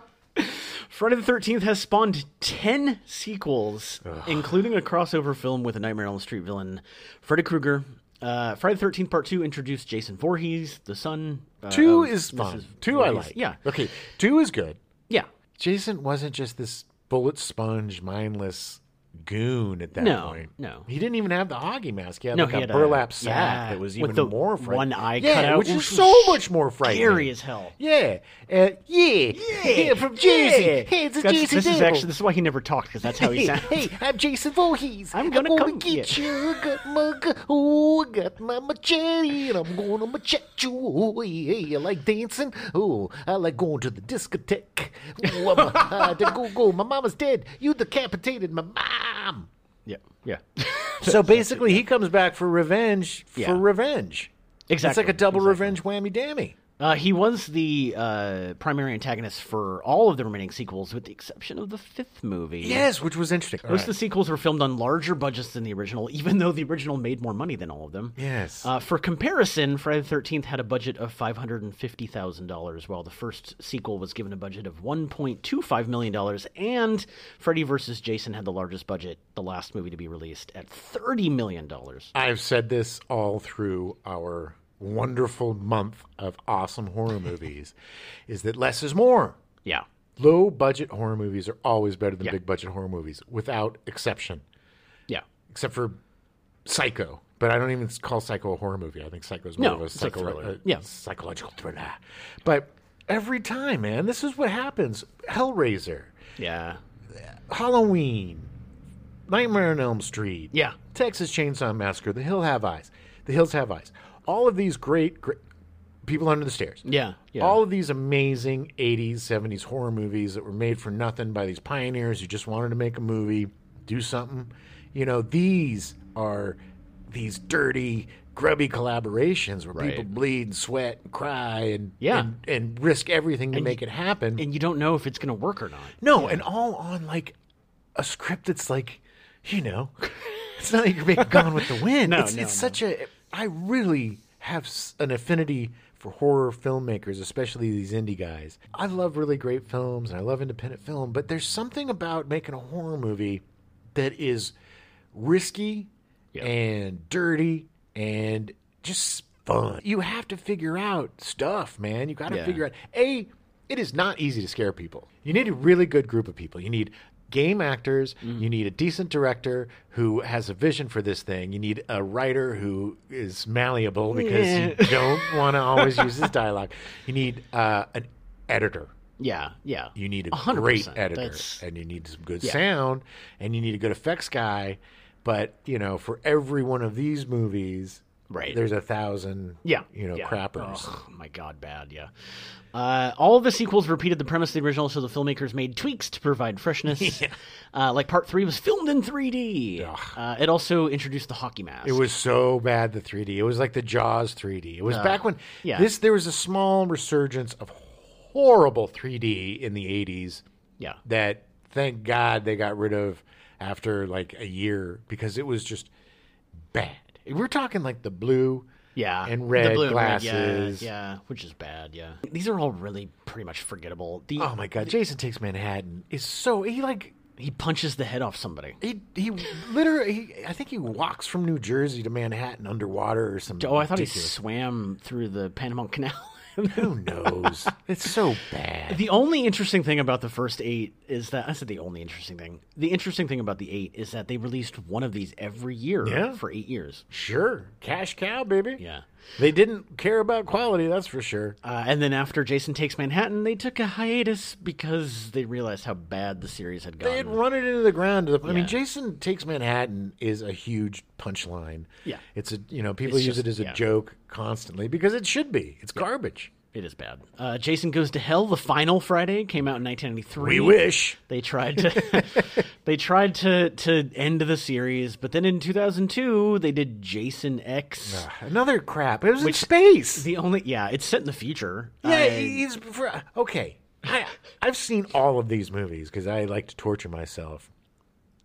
[SPEAKER 2] Friday the Thirteenth has spawned ten sequels, including a crossover film with a Nightmare on the Street villain, Freddy Krueger. Uh, Friday the Thirteenth Part Two introduced Jason Voorhees, the son. Uh,
[SPEAKER 1] Two
[SPEAKER 2] of
[SPEAKER 1] is fun.
[SPEAKER 2] Mrs.
[SPEAKER 1] Two I
[SPEAKER 2] Voorhees.
[SPEAKER 1] like. *laughs*
[SPEAKER 2] Yeah,
[SPEAKER 1] Okay. Two is good.
[SPEAKER 2] yeah.
[SPEAKER 1] Jason wasn't just this bullet sponge, mindless goon at that
[SPEAKER 2] No,
[SPEAKER 1] point.
[SPEAKER 2] no.
[SPEAKER 1] He didn't even have the hoggy mask. He had
[SPEAKER 2] No,
[SPEAKER 1] like
[SPEAKER 2] he
[SPEAKER 1] a
[SPEAKER 2] had a-
[SPEAKER 1] burlap sack
[SPEAKER 2] yeah,
[SPEAKER 1] that was
[SPEAKER 2] with
[SPEAKER 1] even
[SPEAKER 2] the
[SPEAKER 1] more frightening.
[SPEAKER 2] one eye
[SPEAKER 1] yeah,
[SPEAKER 2] cut out,
[SPEAKER 1] which is
[SPEAKER 2] which was
[SPEAKER 1] so much more frightening.
[SPEAKER 2] Scary as hell.
[SPEAKER 1] Yeah. Uh, yeah. Yeah, from Jersey. Hey, it's a
[SPEAKER 2] That's-
[SPEAKER 1] Jersey
[SPEAKER 2] this is
[SPEAKER 1] devil.
[SPEAKER 2] actually this is why he never talked because that's how he sounds.
[SPEAKER 1] I'm Jason Voorhees.
[SPEAKER 2] I'm gonna come
[SPEAKER 1] get you. Got my, gu- oh, I got my machete, and I'm gonna machete you. Oh, yeah, you like dancing? Oh, I like going to the discotheque. Oh, I'm a, uh,
[SPEAKER 2] *laughs*
[SPEAKER 1] to go, go. My mama's dead. You decapitated my mom.
[SPEAKER 2] yeah, yeah,
[SPEAKER 1] *laughs* So basically, he comes back for revenge
[SPEAKER 2] Yeah.
[SPEAKER 1] revenge.
[SPEAKER 2] exactly. exactly.
[SPEAKER 1] revenge whammy dammy.
[SPEAKER 2] Uh, he was the uh, primary antagonist for all of the remaining sequels, with the exception of the fifth movie.
[SPEAKER 1] Yes, which was interesting.
[SPEAKER 2] Most of the sequels were filmed on larger budgets than the original, even though the original made more money than all of them.
[SPEAKER 1] Yes.
[SPEAKER 2] Uh, for comparison, Friday the Thirteenth had a budget of five hundred and fifty thousand dollars, while the first sequel was given a budget of one point two five million dollars, and Freddy vs. Jason had the largest budget, the last movie to be released, at thirty million dollars.
[SPEAKER 1] I've said this all through our wonderful month of awesome *laughs* horror movies is that less is more.
[SPEAKER 2] Yeah.
[SPEAKER 1] Low budget horror movies are always better than
[SPEAKER 2] Yeah.
[SPEAKER 1] big budget horror movies without exception,
[SPEAKER 2] Yeah.
[SPEAKER 1] except for Psycho. But I don't even call Psycho a horror movie. I think Psycho is more
[SPEAKER 2] No,
[SPEAKER 1] of a,
[SPEAKER 2] it's a
[SPEAKER 1] psycho-
[SPEAKER 2] thriller.
[SPEAKER 1] a
[SPEAKER 2] Yeah.
[SPEAKER 1] psychological thriller. But every time, man, this is what happens. Hellraiser,
[SPEAKER 2] Yeah.
[SPEAKER 1] Halloween, Nightmare on Elm Street.
[SPEAKER 2] Yeah.
[SPEAKER 1] Texas Chainsaw Massacre, The Hill Have Eyes, The Hills Have Eyes. All of these great, great people under the stairs.
[SPEAKER 2] Yeah. Yeah.
[SPEAKER 1] All of these amazing 80s, 70s horror movies that were made for nothing by these pioneers who just wanted to make a movie, do something. You know, these are these dirty, grubby collaborations where people
[SPEAKER 2] Right.
[SPEAKER 1] bleed, and sweat, and cry, and,
[SPEAKER 2] Yeah.
[SPEAKER 1] and, and risk everything to make it happen.
[SPEAKER 2] and you don't know if it's going to work or not.
[SPEAKER 1] No, and all on like a script that's like, you know, *laughs* it's not like you're
[SPEAKER 2] *laughs*
[SPEAKER 1] making Gone with the Wind.
[SPEAKER 2] No,
[SPEAKER 1] it's,
[SPEAKER 2] no,
[SPEAKER 1] it's such a. I really have s- an affinity for horror filmmakers, especially these indie guys. I love really great films and I love independent film, but there's something about making a horror movie that is risky
[SPEAKER 2] Yeah.
[SPEAKER 1] and dirty and just fun. You have to figure out stuff, man. You got to
[SPEAKER 2] Yeah.
[SPEAKER 1] figure out. A, it is not easy to scare people. You need a really good group of people. You need game actors.
[SPEAKER 2] Mm-hmm.
[SPEAKER 1] You need a decent director who has a vision for this thing. You need a writer who is malleable because you don't
[SPEAKER 2] *laughs*
[SPEAKER 1] want to always use his dialogue. You need uh, an editor.
[SPEAKER 2] Yeah. Yeah.
[SPEAKER 1] You need a
[SPEAKER 2] 100%.
[SPEAKER 1] great editor,
[SPEAKER 2] That's-
[SPEAKER 1] and you need some good
[SPEAKER 2] Yeah.
[SPEAKER 1] sound, and you need a good effects guy. But you know, for every one of these movies,
[SPEAKER 2] Right.
[SPEAKER 1] There's a thousand,
[SPEAKER 2] Yeah.
[SPEAKER 1] you know,
[SPEAKER 2] yeah.
[SPEAKER 1] crappers.
[SPEAKER 2] Oh, *sighs* my God, bad, yeah. Uh, all of the sequels repeated the premise of the original, so the filmmakers made tweaks to provide
[SPEAKER 1] *laughs*
[SPEAKER 2] freshness. uh, like part three was filmed in 3D. Uh, it also introduced the hockey mask.
[SPEAKER 1] It was so bad the 3D. It was like the Jaws 3D. It was back when
[SPEAKER 2] yeah.
[SPEAKER 1] this there was a small resurgence of horrible 3D in the 80s
[SPEAKER 2] yeah.
[SPEAKER 1] that thank God they got rid of after like a year because it was just bad. We're talking like the blue
[SPEAKER 2] Yeah.
[SPEAKER 1] and red
[SPEAKER 2] the blue and red,
[SPEAKER 1] glasses.
[SPEAKER 2] yeah, yeah, which is bad, yeah. These are all really pretty much forgettable. The,
[SPEAKER 1] Oh my god, Jason Takes Manhattan is so he like
[SPEAKER 2] He punches the head off somebody.
[SPEAKER 1] he he literally he, I think he walks from New Jersey to Manhattan underwater or something.
[SPEAKER 2] Oh, I thought *laughs* he
[SPEAKER 1] ridiculous.
[SPEAKER 2] swam through the Panama Canal. *laughs*
[SPEAKER 1] Who knows? it's so bad.
[SPEAKER 2] The only interesting thing about the first eight is that I said the only interesting thing. The interesting thing about the eight is that they released one of these every year
[SPEAKER 1] Yeah.
[SPEAKER 2] for eight years.
[SPEAKER 1] Sure. Cash cow, baby.
[SPEAKER 2] Yeah.
[SPEAKER 1] They didn't care about quality, that's for sure.
[SPEAKER 2] Uh, and then after Jason Takes Manhattan, they took a hiatus because they realized how bad the series had
[SPEAKER 1] They had
[SPEAKER 2] gotten.
[SPEAKER 1] run it into the ground. To the, I
[SPEAKER 2] Yeah.
[SPEAKER 1] mean, Jason Takes Manhattan is a huge punchline.
[SPEAKER 2] Yeah.
[SPEAKER 1] It's a, you know, people
[SPEAKER 2] It's
[SPEAKER 1] use
[SPEAKER 2] just-
[SPEAKER 1] it as a
[SPEAKER 2] yeah.
[SPEAKER 1] joke constantly because it should be. It's garbage.
[SPEAKER 2] It is bad. Uh, Jason Goes to Hell, the final Friday, came out in 1993.
[SPEAKER 1] We wish.
[SPEAKER 2] They tried to *laughs* they tried to to end the series, but then in 2002 they did Jason X.
[SPEAKER 1] Another crap. It was in space.
[SPEAKER 2] The only yeah, it's set in the future.
[SPEAKER 1] yeah,
[SPEAKER 2] Uh,
[SPEAKER 1] he's fr- okay. I, I've seen all of these movies because I like to torture myself.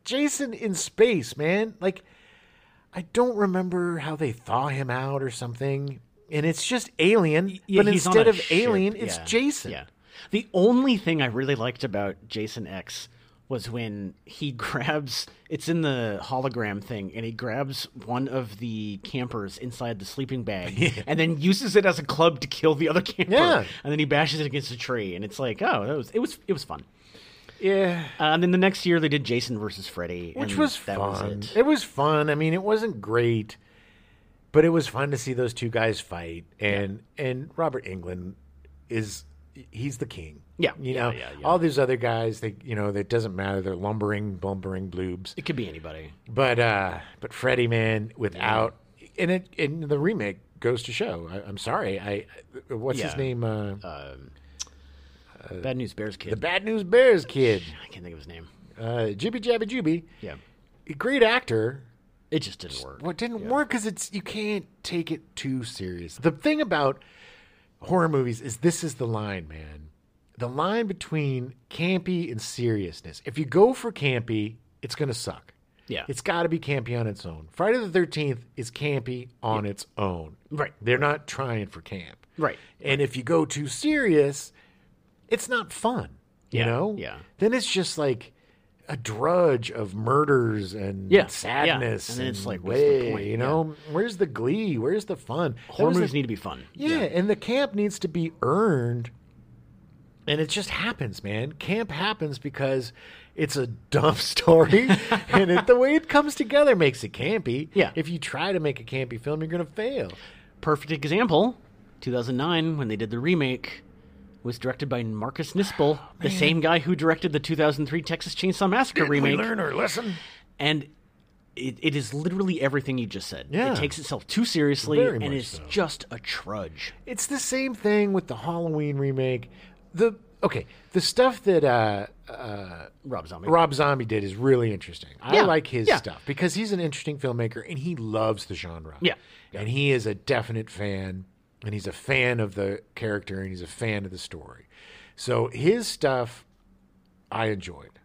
[SPEAKER 1] Jason in space, man. Like, I don't remember how they thaw him out or something. And it's just alien,
[SPEAKER 2] yeah,
[SPEAKER 1] but
[SPEAKER 2] he's on
[SPEAKER 1] instead
[SPEAKER 2] a
[SPEAKER 1] of
[SPEAKER 2] ship,
[SPEAKER 1] alien, it's
[SPEAKER 2] yeah,
[SPEAKER 1] Jason.
[SPEAKER 2] Yeah. The only thing I really liked about Jason X was when he *laughs* grabs it's in the hologram thing and he grabs one of the campers inside the sleeping bag
[SPEAKER 1] *laughs*
[SPEAKER 2] and then uses it as a club to kill the other camper
[SPEAKER 1] Yeah.
[SPEAKER 2] and then he bashes it against a tree and it's like oh that was it was it was fun
[SPEAKER 1] Yeah.
[SPEAKER 2] uh, and then the next year they did Jason versus Freddy
[SPEAKER 1] which
[SPEAKER 2] and
[SPEAKER 1] was
[SPEAKER 2] that
[SPEAKER 1] fun.
[SPEAKER 2] was
[SPEAKER 1] it.
[SPEAKER 2] it
[SPEAKER 1] was fun. I mean, it wasn't great, but it was fun to see those two guys fight. And and Robert England is he's the king.
[SPEAKER 2] Yeah,
[SPEAKER 1] you
[SPEAKER 2] yeah,
[SPEAKER 1] know
[SPEAKER 2] yeah, yeah.
[SPEAKER 1] all these other guys. They you know it doesn't matter. They're lumbering, bumbering bloobs.
[SPEAKER 2] it could be anybody
[SPEAKER 1] But uh, but Freddie man, without and it and the remake goes to show. I, I'm sorry. I what's his
[SPEAKER 2] Yeah.
[SPEAKER 1] name? Uh,
[SPEAKER 2] Bad News Bears kid
[SPEAKER 1] the Bad News Bears kid,
[SPEAKER 2] I can't think of his name
[SPEAKER 1] uh, Jibby Jabba Jubby.
[SPEAKER 2] yeah
[SPEAKER 1] Great actor,
[SPEAKER 2] it just didn't work
[SPEAKER 1] What didn't work because it's you can't take it too serious. The thing about horror movies is this is the line, man. The line between campy and seriousness. If you go for campy, it's gonna suck.
[SPEAKER 2] Yeah.
[SPEAKER 1] It's got to be campy on its own. Friday the Thirteenth is campy on its own.
[SPEAKER 2] Right.
[SPEAKER 1] They're not trying for camp.
[SPEAKER 2] Right.
[SPEAKER 1] And if you go too serious, it's not fun. You
[SPEAKER 2] Yeah,
[SPEAKER 1] know.
[SPEAKER 2] yeah.
[SPEAKER 1] Then it's just like a drudge of murders and
[SPEAKER 2] Yeah,
[SPEAKER 1] sadness.
[SPEAKER 2] yeah. And then it's like, what's
[SPEAKER 1] way,
[SPEAKER 2] the point?
[SPEAKER 1] You know, where's the glee? Where's the fun? That
[SPEAKER 2] horror
[SPEAKER 1] was the-
[SPEAKER 2] movies need to be fun
[SPEAKER 1] yeah, and the camp needs to be earned. And it just happens, man. Camp happens because it's a dumb *laughs*
[SPEAKER 2] *laughs*
[SPEAKER 1] story, and it, the way it comes together makes it campy.
[SPEAKER 2] Yeah.
[SPEAKER 1] If you try to make a campy film, you're going to fail.
[SPEAKER 2] perfect example 2009 when they did the remake was directed by marcus nispel
[SPEAKER 1] *sighs*
[SPEAKER 2] the same guy who directed the 2003 texas chainsaw massacre remake
[SPEAKER 4] learn our lesson.
[SPEAKER 2] and it, it is literally everything you just said
[SPEAKER 1] Yeah.
[SPEAKER 2] it takes itself too seriously
[SPEAKER 1] Very
[SPEAKER 2] and
[SPEAKER 1] much
[SPEAKER 2] it's
[SPEAKER 1] so.
[SPEAKER 2] just a trudge
[SPEAKER 1] It's the same thing with the Halloween remake. The okay, the stuff that uh, uh,
[SPEAKER 2] rob zombie
[SPEAKER 1] Rob Zombie did is really interesting. I
[SPEAKER 2] Yeah,
[SPEAKER 1] like his
[SPEAKER 2] yeah.
[SPEAKER 1] stuff because he's an interesting filmmaker and he loves the genre.
[SPEAKER 2] Yeah,
[SPEAKER 1] And he is a definite fan and he's a fan of the character and he's a fan of the story. So his stuff I enjoyed.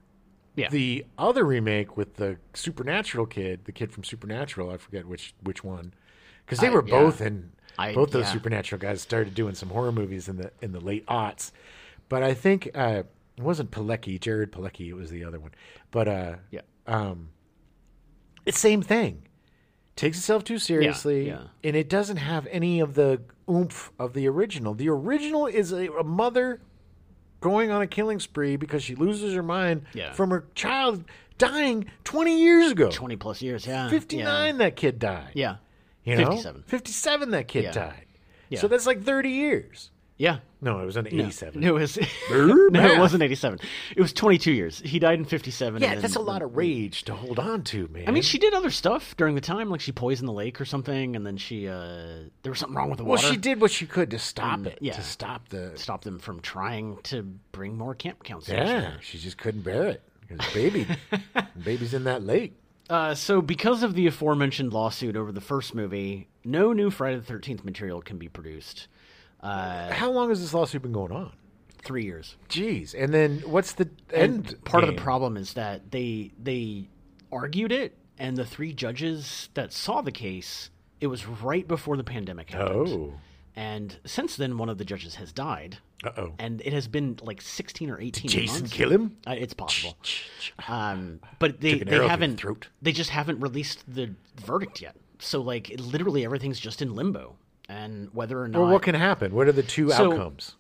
[SPEAKER 2] Yeah.
[SPEAKER 1] The other remake with the supernatural kid, the kid from Supernatural, I forget which which one. Because they were
[SPEAKER 2] yeah.
[SPEAKER 1] both in
[SPEAKER 2] I-
[SPEAKER 1] both those
[SPEAKER 2] yeah.
[SPEAKER 1] supernatural guys started doing some horror movies in the in the late aughts. But I think uh, it wasn't Pilecki, Jared Pilecki. It was the other one. But uh,
[SPEAKER 2] yeah
[SPEAKER 1] it's same thing. Takes itself too seriously,
[SPEAKER 2] yeah.
[SPEAKER 1] and it doesn't have any of the oomph of the original. The original is a, a mother going on a killing spree because she loses her mind
[SPEAKER 2] Yeah.
[SPEAKER 1] from her child dying twenty years ago.
[SPEAKER 2] 20 plus years yeah
[SPEAKER 1] Fifty nine, that kid died.
[SPEAKER 2] yeah
[SPEAKER 1] you know,
[SPEAKER 2] 57.
[SPEAKER 1] fifty seven, that kid
[SPEAKER 2] Yeah.
[SPEAKER 1] died.
[SPEAKER 2] Yeah.
[SPEAKER 1] So that's like thirty years.
[SPEAKER 2] yeah
[SPEAKER 1] No, it was an eighty seven.
[SPEAKER 2] No, it was *laughs* no,
[SPEAKER 1] math.
[SPEAKER 2] it wasn't eighty-seven. It was twenty-two years. He died in fifty-seven.
[SPEAKER 1] Yeah,
[SPEAKER 2] and
[SPEAKER 1] that's a
[SPEAKER 2] then-
[SPEAKER 1] lot of rage to hold on to, man.
[SPEAKER 2] I mean, she did other stuff during the time, like she poisoned the lake or something, and then she uh, there was something wrong with the
[SPEAKER 1] well,
[SPEAKER 2] water. Mm,
[SPEAKER 1] she did what she could to stop it.
[SPEAKER 2] yeah.
[SPEAKER 1] To stop the
[SPEAKER 2] stop them from trying to bring more camp counselors.
[SPEAKER 1] Yeah, she just couldn't bear it because baby, baby's in that lake.
[SPEAKER 2] Uh, so, because of the aforementioned lawsuit over the first movie, no new Friday the Thirteenth material can be produced. Uh,
[SPEAKER 1] How long has this lawsuit been going on?
[SPEAKER 2] three years.
[SPEAKER 1] Jeez, and then what's the end?
[SPEAKER 2] And part of the
[SPEAKER 1] game?
[SPEAKER 2] problem is that they they argued it, and the three judges that saw the case, it was right before the pandemic happened.
[SPEAKER 1] Oh,
[SPEAKER 2] And since then, one of the judges has died.
[SPEAKER 1] uh oh.
[SPEAKER 2] and it has been like 16 or 18
[SPEAKER 1] Jason
[SPEAKER 2] months.
[SPEAKER 1] kill him?
[SPEAKER 2] Uh, it's possible um, but they,
[SPEAKER 1] Took an
[SPEAKER 2] they
[SPEAKER 1] arrow through the
[SPEAKER 2] haven't
[SPEAKER 1] throat.
[SPEAKER 2] they just haven't released the verdict yet so like it- literally everything's just in limbo and whether or not
[SPEAKER 1] Well, what can happen? What are the two
[SPEAKER 2] So,
[SPEAKER 1] outcomes?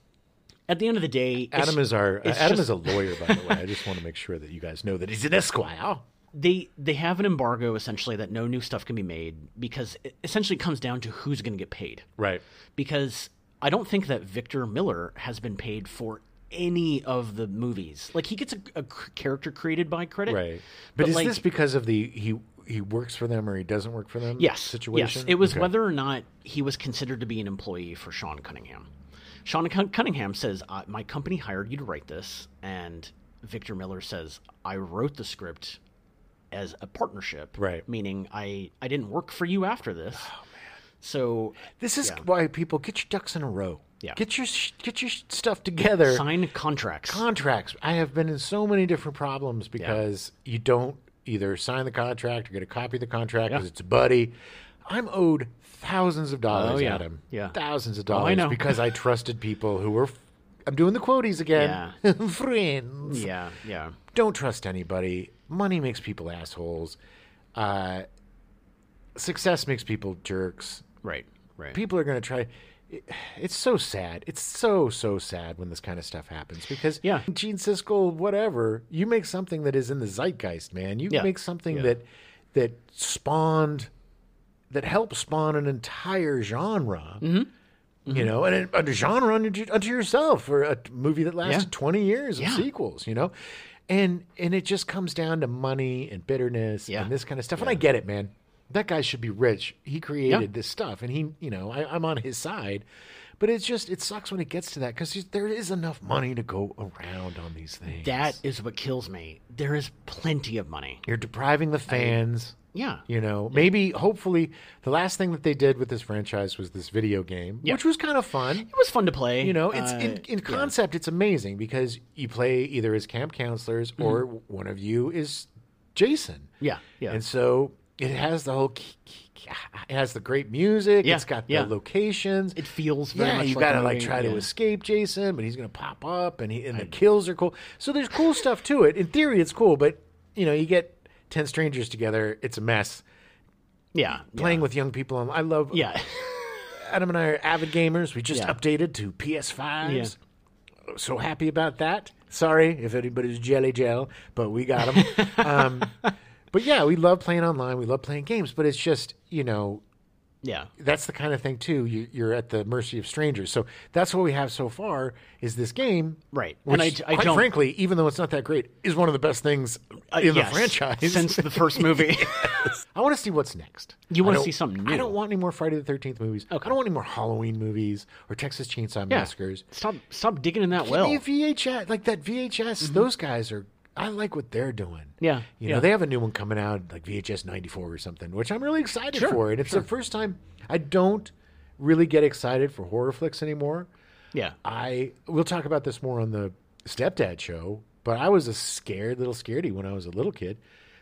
[SPEAKER 2] at the end of the day it's-
[SPEAKER 1] Adam is our uh,
[SPEAKER 2] it's
[SPEAKER 1] Adam
[SPEAKER 2] just-
[SPEAKER 1] is a lawyer, by the way. I just want to make sure that you guys know that he's an esquire.
[SPEAKER 2] they they have an embargo essentially that no new stuff can be made because it essentially comes down to who's going to get paid
[SPEAKER 1] Right.
[SPEAKER 2] because I don't think that Victor Miller has been paid for any of the movies. Like he gets a, a c- character created by credit,
[SPEAKER 1] Right. But, is
[SPEAKER 2] like,
[SPEAKER 1] this because of the he he works for them or he doesn't work for them
[SPEAKER 2] yes
[SPEAKER 1] situation?
[SPEAKER 2] Yes, it was
[SPEAKER 1] Okay.
[SPEAKER 2] whether or not he was considered to be an employee for Sean Cunningham. Sean Cun- Cunningham says, uh, "My company hired you to write this," and Victor Miller says, "I wrote the script as a partnership,
[SPEAKER 1] Right.
[SPEAKER 2] Meaning I I didn't work for you after this. Oh man! So
[SPEAKER 1] This is why people get your ducks in a row.
[SPEAKER 2] Yeah.
[SPEAKER 1] Get your sh- get your sh- stuff together.
[SPEAKER 2] sign contracts.
[SPEAKER 1] Contracts. I have been in so many different problems because you don't either sign the contract or get a copy of the contract because it's a buddy. I'm owed thousands of dollars,
[SPEAKER 2] Oh, yeah.
[SPEAKER 1] Adam.
[SPEAKER 2] Yeah. Oh,
[SPEAKER 1] Thousands of dollars
[SPEAKER 2] know.
[SPEAKER 1] because I trusted people who were. F- I'm doing the quoties again. *laughs* Friends
[SPEAKER 2] yeah, yeah,
[SPEAKER 1] don't trust anybody. Money makes people assholes. Uh, success makes people jerks.
[SPEAKER 2] right, right.
[SPEAKER 1] People are going to try. it- It's so sad. It's so so sad when this kind of stuff happens because
[SPEAKER 2] Yeah.
[SPEAKER 1] Gene Siskel, whatever, you make something that is in the zeitgeist, man. You
[SPEAKER 2] Yeah.
[SPEAKER 1] make something that that spawned that helped spawn an entire genre.
[SPEAKER 2] Mm-hmm.
[SPEAKER 1] You know, and a, a genre unto, unto yourself for a movie that lasted
[SPEAKER 2] Yeah.
[SPEAKER 1] 20 years of
[SPEAKER 2] Yeah.
[SPEAKER 1] sequels, you know? And and it just comes down to money and bitterness
[SPEAKER 2] Yeah.
[SPEAKER 1] and this kind of stuff. And I get it, man. That guy should be rich. He created this stuff and he, you know, I, I'm on his side. But it's just, it sucks when it gets to that because there is enough money to go around on these things.
[SPEAKER 2] that is what kills me. There is plenty of money.
[SPEAKER 1] You're depriving the fans.
[SPEAKER 2] Yeah.
[SPEAKER 1] You know, maybe, hopefully, the last thing that they did with this franchise was this video game,
[SPEAKER 2] Yeah.
[SPEAKER 1] which was kind of fun.
[SPEAKER 2] It was fun to play.
[SPEAKER 1] You know, it's
[SPEAKER 2] Uh,
[SPEAKER 1] in, in
[SPEAKER 2] yeah.
[SPEAKER 1] concept, it's amazing because you play either as camp counselors or w- one of you is Jason.
[SPEAKER 2] Mm-hmm. Yeah, yeah.
[SPEAKER 1] And so it has the whole, k- k- k- it has the great music.
[SPEAKER 2] Yeah,
[SPEAKER 1] It's got
[SPEAKER 2] yeah.
[SPEAKER 1] the locations.
[SPEAKER 2] It feels very
[SPEAKER 1] yeah,
[SPEAKER 2] much
[SPEAKER 1] you
[SPEAKER 2] like
[SPEAKER 1] gotta
[SPEAKER 2] a
[SPEAKER 1] like
[SPEAKER 2] movie,
[SPEAKER 1] try to
[SPEAKER 2] yeah.
[SPEAKER 1] escape Jason, but he's gonna pop up, and he and the kills are cool. So there's cool stuff to it. In theory, it's cool, but you know, you get ten strangers together, it's a mess.
[SPEAKER 2] yeah,
[SPEAKER 1] Playing with young people, and I love.
[SPEAKER 2] yeah. *laughs*
[SPEAKER 1] Adam and I are avid gamers. We just
[SPEAKER 2] Yeah.
[SPEAKER 1] updated to PS5s. So happy about that. Sorry if anybody's jelly gel, but we got
[SPEAKER 2] *laughs*
[SPEAKER 1] them. um, but yeah, we love playing online. We love playing games, but it's just you know
[SPEAKER 2] yeah.
[SPEAKER 1] that's the kind of thing too. You, you're at the mercy of strangers. So that's what we have so far is this game,
[SPEAKER 2] Right.
[SPEAKER 1] Which,
[SPEAKER 2] And I- I
[SPEAKER 1] quite
[SPEAKER 2] don't-
[SPEAKER 1] frankly, even though it's not that great, is one of the best things
[SPEAKER 2] Uh,
[SPEAKER 1] in
[SPEAKER 2] yes,
[SPEAKER 1] the franchise.
[SPEAKER 2] since the
[SPEAKER 1] *laughs*
[SPEAKER 2] first movie.
[SPEAKER 1] I want to see what's next.
[SPEAKER 2] You wanna
[SPEAKER 1] I don't-
[SPEAKER 2] see something
[SPEAKER 1] I
[SPEAKER 2] new.
[SPEAKER 1] don't want any more Friday the Thirteenth movies. I don't want any more Halloween movies or Texas Chainsaw
[SPEAKER 2] Yeah.
[SPEAKER 1] Massacres.
[SPEAKER 2] Stop stop digging in that
[SPEAKER 1] Well,
[SPEAKER 2] well.
[SPEAKER 1] VHS, like that VHS, those guys are. I like what they're doing.
[SPEAKER 2] Mm-hmm. Yeah,
[SPEAKER 1] you
[SPEAKER 2] yeah.
[SPEAKER 1] know they have a new one coming out, like VHS '94 or something, which I'm really excited for. And it's the first time I don't really get excited for horror flicks anymore.
[SPEAKER 2] Yeah.
[SPEAKER 1] I we'll talk about this more on the stepdad show, but I was a scared little scaredy when I was a little kid,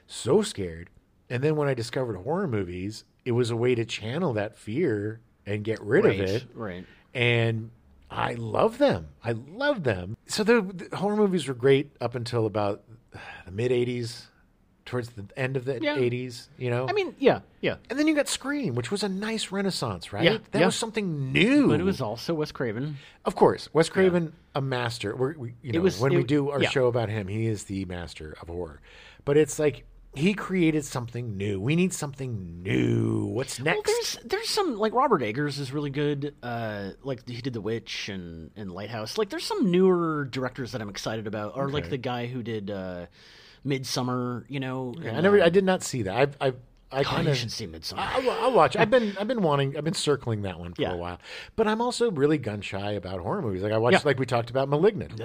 [SPEAKER 1] so scared. And then when I discovered horror movies, it was a way to channel that fear and get rid
[SPEAKER 2] Right,
[SPEAKER 1] of it.
[SPEAKER 2] right.
[SPEAKER 1] And I love them. I love them. So the, the horror movies were great up until about the mid '80s, towards the end of the
[SPEAKER 2] Yeah.
[SPEAKER 1] '80s. You know,
[SPEAKER 2] I mean, yeah, yeah.
[SPEAKER 1] and then you got Scream, which was a nice renaissance, right?
[SPEAKER 2] Yeah,
[SPEAKER 1] that
[SPEAKER 2] yeah.
[SPEAKER 1] was something new.
[SPEAKER 2] But it was also Wes Craven.
[SPEAKER 1] Of course, Wes Craven, a master. We're, we, you know,
[SPEAKER 2] was-
[SPEAKER 1] when
[SPEAKER 2] it-
[SPEAKER 1] we do our
[SPEAKER 2] yeah.
[SPEAKER 1] show about him, he is the master of horror. But it's like he created something new. We need something new. What's
[SPEAKER 2] Well,
[SPEAKER 1] next?
[SPEAKER 2] there's there's some like Robert Eggers is really good. Uh, like he did The Witch and and Lighthouse. Like there's some newer directors that I'm excited about, or like the guy who did uh, Midsummer. You know,
[SPEAKER 1] I never, I did not see that. I've, I've, I
[SPEAKER 2] God,
[SPEAKER 1] kind
[SPEAKER 2] you
[SPEAKER 1] of. Ah.
[SPEAKER 2] should see Midsummer.
[SPEAKER 1] I'll, I'll watch. I've been, I've been wanting, I've been circling that one for
[SPEAKER 2] Yeah.
[SPEAKER 1] a while. But I'm also really gun shy about horror movies. Like I watched,
[SPEAKER 2] Yeah.
[SPEAKER 1] like we talked about, *Malignant*.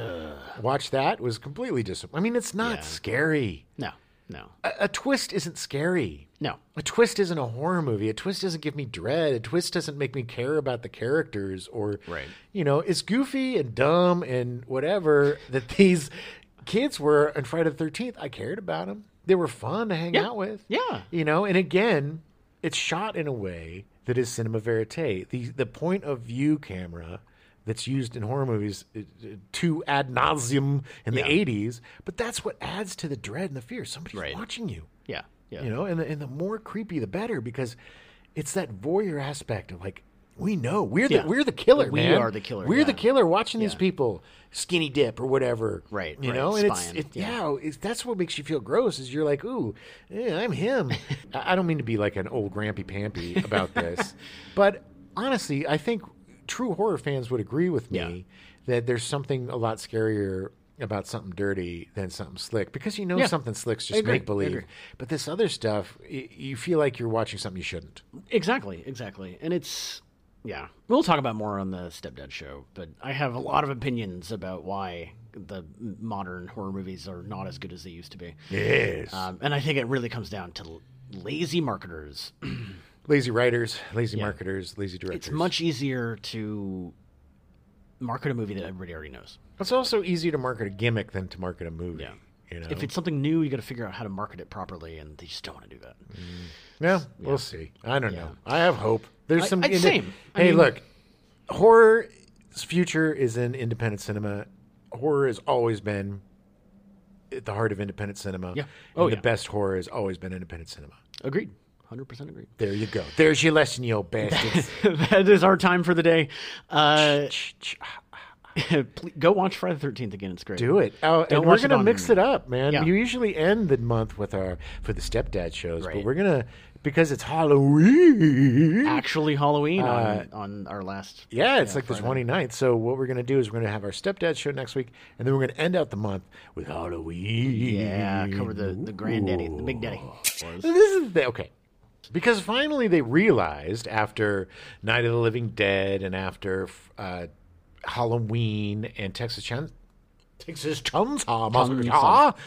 [SPEAKER 1] Watched that was completely disappointing. I mean, it's not scary.
[SPEAKER 2] No, no,
[SPEAKER 1] A, a twist isn't scary.
[SPEAKER 2] no.
[SPEAKER 1] A twist isn't a horror movie. A twist doesn't give me dread. A twist doesn't make me care about the characters or,
[SPEAKER 2] Right.
[SPEAKER 1] you know, it's goofy and dumb and whatever that *laughs* these kids were on Friday the Thirteenth. I cared about them. They were fun to hang
[SPEAKER 2] Yeah.
[SPEAKER 1] out with.
[SPEAKER 2] Yeah.
[SPEAKER 1] you know. And again, it's shot in a way that is cinema verite. The the point of view camera that's used in horror movies uh, uh, to ad nauseum in the
[SPEAKER 2] Yeah.
[SPEAKER 1] '80s, but that's what adds to the dread and the fear. Somebody's
[SPEAKER 2] Right.
[SPEAKER 1] watching you
[SPEAKER 2] Yeah, yeah.
[SPEAKER 1] you know and the, and the more creepy the better because it's that voyeur aspect of like we know we're the
[SPEAKER 2] Yeah.
[SPEAKER 1] we're the killer
[SPEAKER 2] We
[SPEAKER 1] man.
[SPEAKER 2] are the killer,
[SPEAKER 1] we're the
[SPEAKER 2] yeah.
[SPEAKER 1] killer watching these
[SPEAKER 2] Yeah.
[SPEAKER 1] people skinny dip or whatever
[SPEAKER 2] Right,
[SPEAKER 1] you
[SPEAKER 2] right,
[SPEAKER 1] know and it's
[SPEAKER 2] spying,
[SPEAKER 1] it,
[SPEAKER 2] yeah.
[SPEAKER 1] yeah, it's, that's what makes you feel gross is you're like ooh eh, I'm
[SPEAKER 2] *laughs*
[SPEAKER 1] him I I don't mean to be like an old grampy pampy about
[SPEAKER 2] *laughs*
[SPEAKER 1] this but honestly I think true horror fans would agree with me
[SPEAKER 2] Yeah.
[SPEAKER 1] that there's something a lot scarier about something dirty than something slick because you know
[SPEAKER 2] Yeah.
[SPEAKER 1] something slick's
[SPEAKER 2] I
[SPEAKER 1] just
[SPEAKER 2] agree.
[SPEAKER 1] make
[SPEAKER 2] I
[SPEAKER 1] believe.
[SPEAKER 2] agree.
[SPEAKER 1] But this other stuff, y- you feel like you're watching something you shouldn't.
[SPEAKER 2] Exactly, exactly. And it's yeah. We'll talk about more on the Stepdad show, but I have a lot of opinions about why the modern horror movies are not as good as they used to be.
[SPEAKER 4] Yes.
[SPEAKER 1] Uh,
[SPEAKER 2] Um, and I think it really comes down to l- lazy marketers.
[SPEAKER 1] Lazy writers, lazy marketers, lazy directors.
[SPEAKER 2] It's much easier to market a movie that everybody already knows.
[SPEAKER 1] It's also easier to market a gimmick than to market a movie.
[SPEAKER 2] Yeah.
[SPEAKER 1] You know?
[SPEAKER 2] If it's something new, you got to figure out how to market it properly, and they just don't want to do that.
[SPEAKER 1] Yeah, we'll see. I don't know. I have hope. There's
[SPEAKER 2] I-
[SPEAKER 1] some.
[SPEAKER 2] I'd same. I
[SPEAKER 1] hey,
[SPEAKER 2] mean-
[SPEAKER 1] look, horror's future is in independent cinema. Horror has always been at the heart of independent cinema.
[SPEAKER 2] Yeah. Oh,
[SPEAKER 1] and
[SPEAKER 2] yeah.
[SPEAKER 1] the best horror has always been independent cinema.
[SPEAKER 2] Agreed, hundred percent agreed. *laughs*
[SPEAKER 1] There you go. There's your lesson, you old bastards.
[SPEAKER 2] that is our time for the day. Uh, *laughs* ple- go watch Friday the Thirteenth again. It's great.
[SPEAKER 1] Do it. Oh,
[SPEAKER 2] Don't
[SPEAKER 1] and we're
[SPEAKER 2] watch it
[SPEAKER 1] gonna
[SPEAKER 2] on-
[SPEAKER 1] mix it up, man.
[SPEAKER 2] Yeah.
[SPEAKER 1] You usually end the month with our for the stepdad shows,
[SPEAKER 2] Right.
[SPEAKER 1] but we're gonna because it's Halloween.
[SPEAKER 2] Actually, Halloween on, on our last.
[SPEAKER 1] Yeah, it's like the 29th. So what we're going to do is we're going to have our stepdad show next week, and then we're going to end out the month with Halloween.
[SPEAKER 2] Yeah, cover the the granddaddy, the big daddy.
[SPEAKER 1] So this is the, okay. Because finally they realized after Night of the Living Dead and after f- uh, Halloween and Texas Chan- Texas Chainsaw Massacre.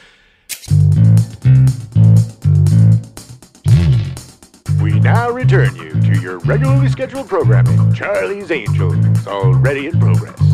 [SPEAKER 4] We now return you to your regularly scheduled programming. Charlie's Angels, already in progress.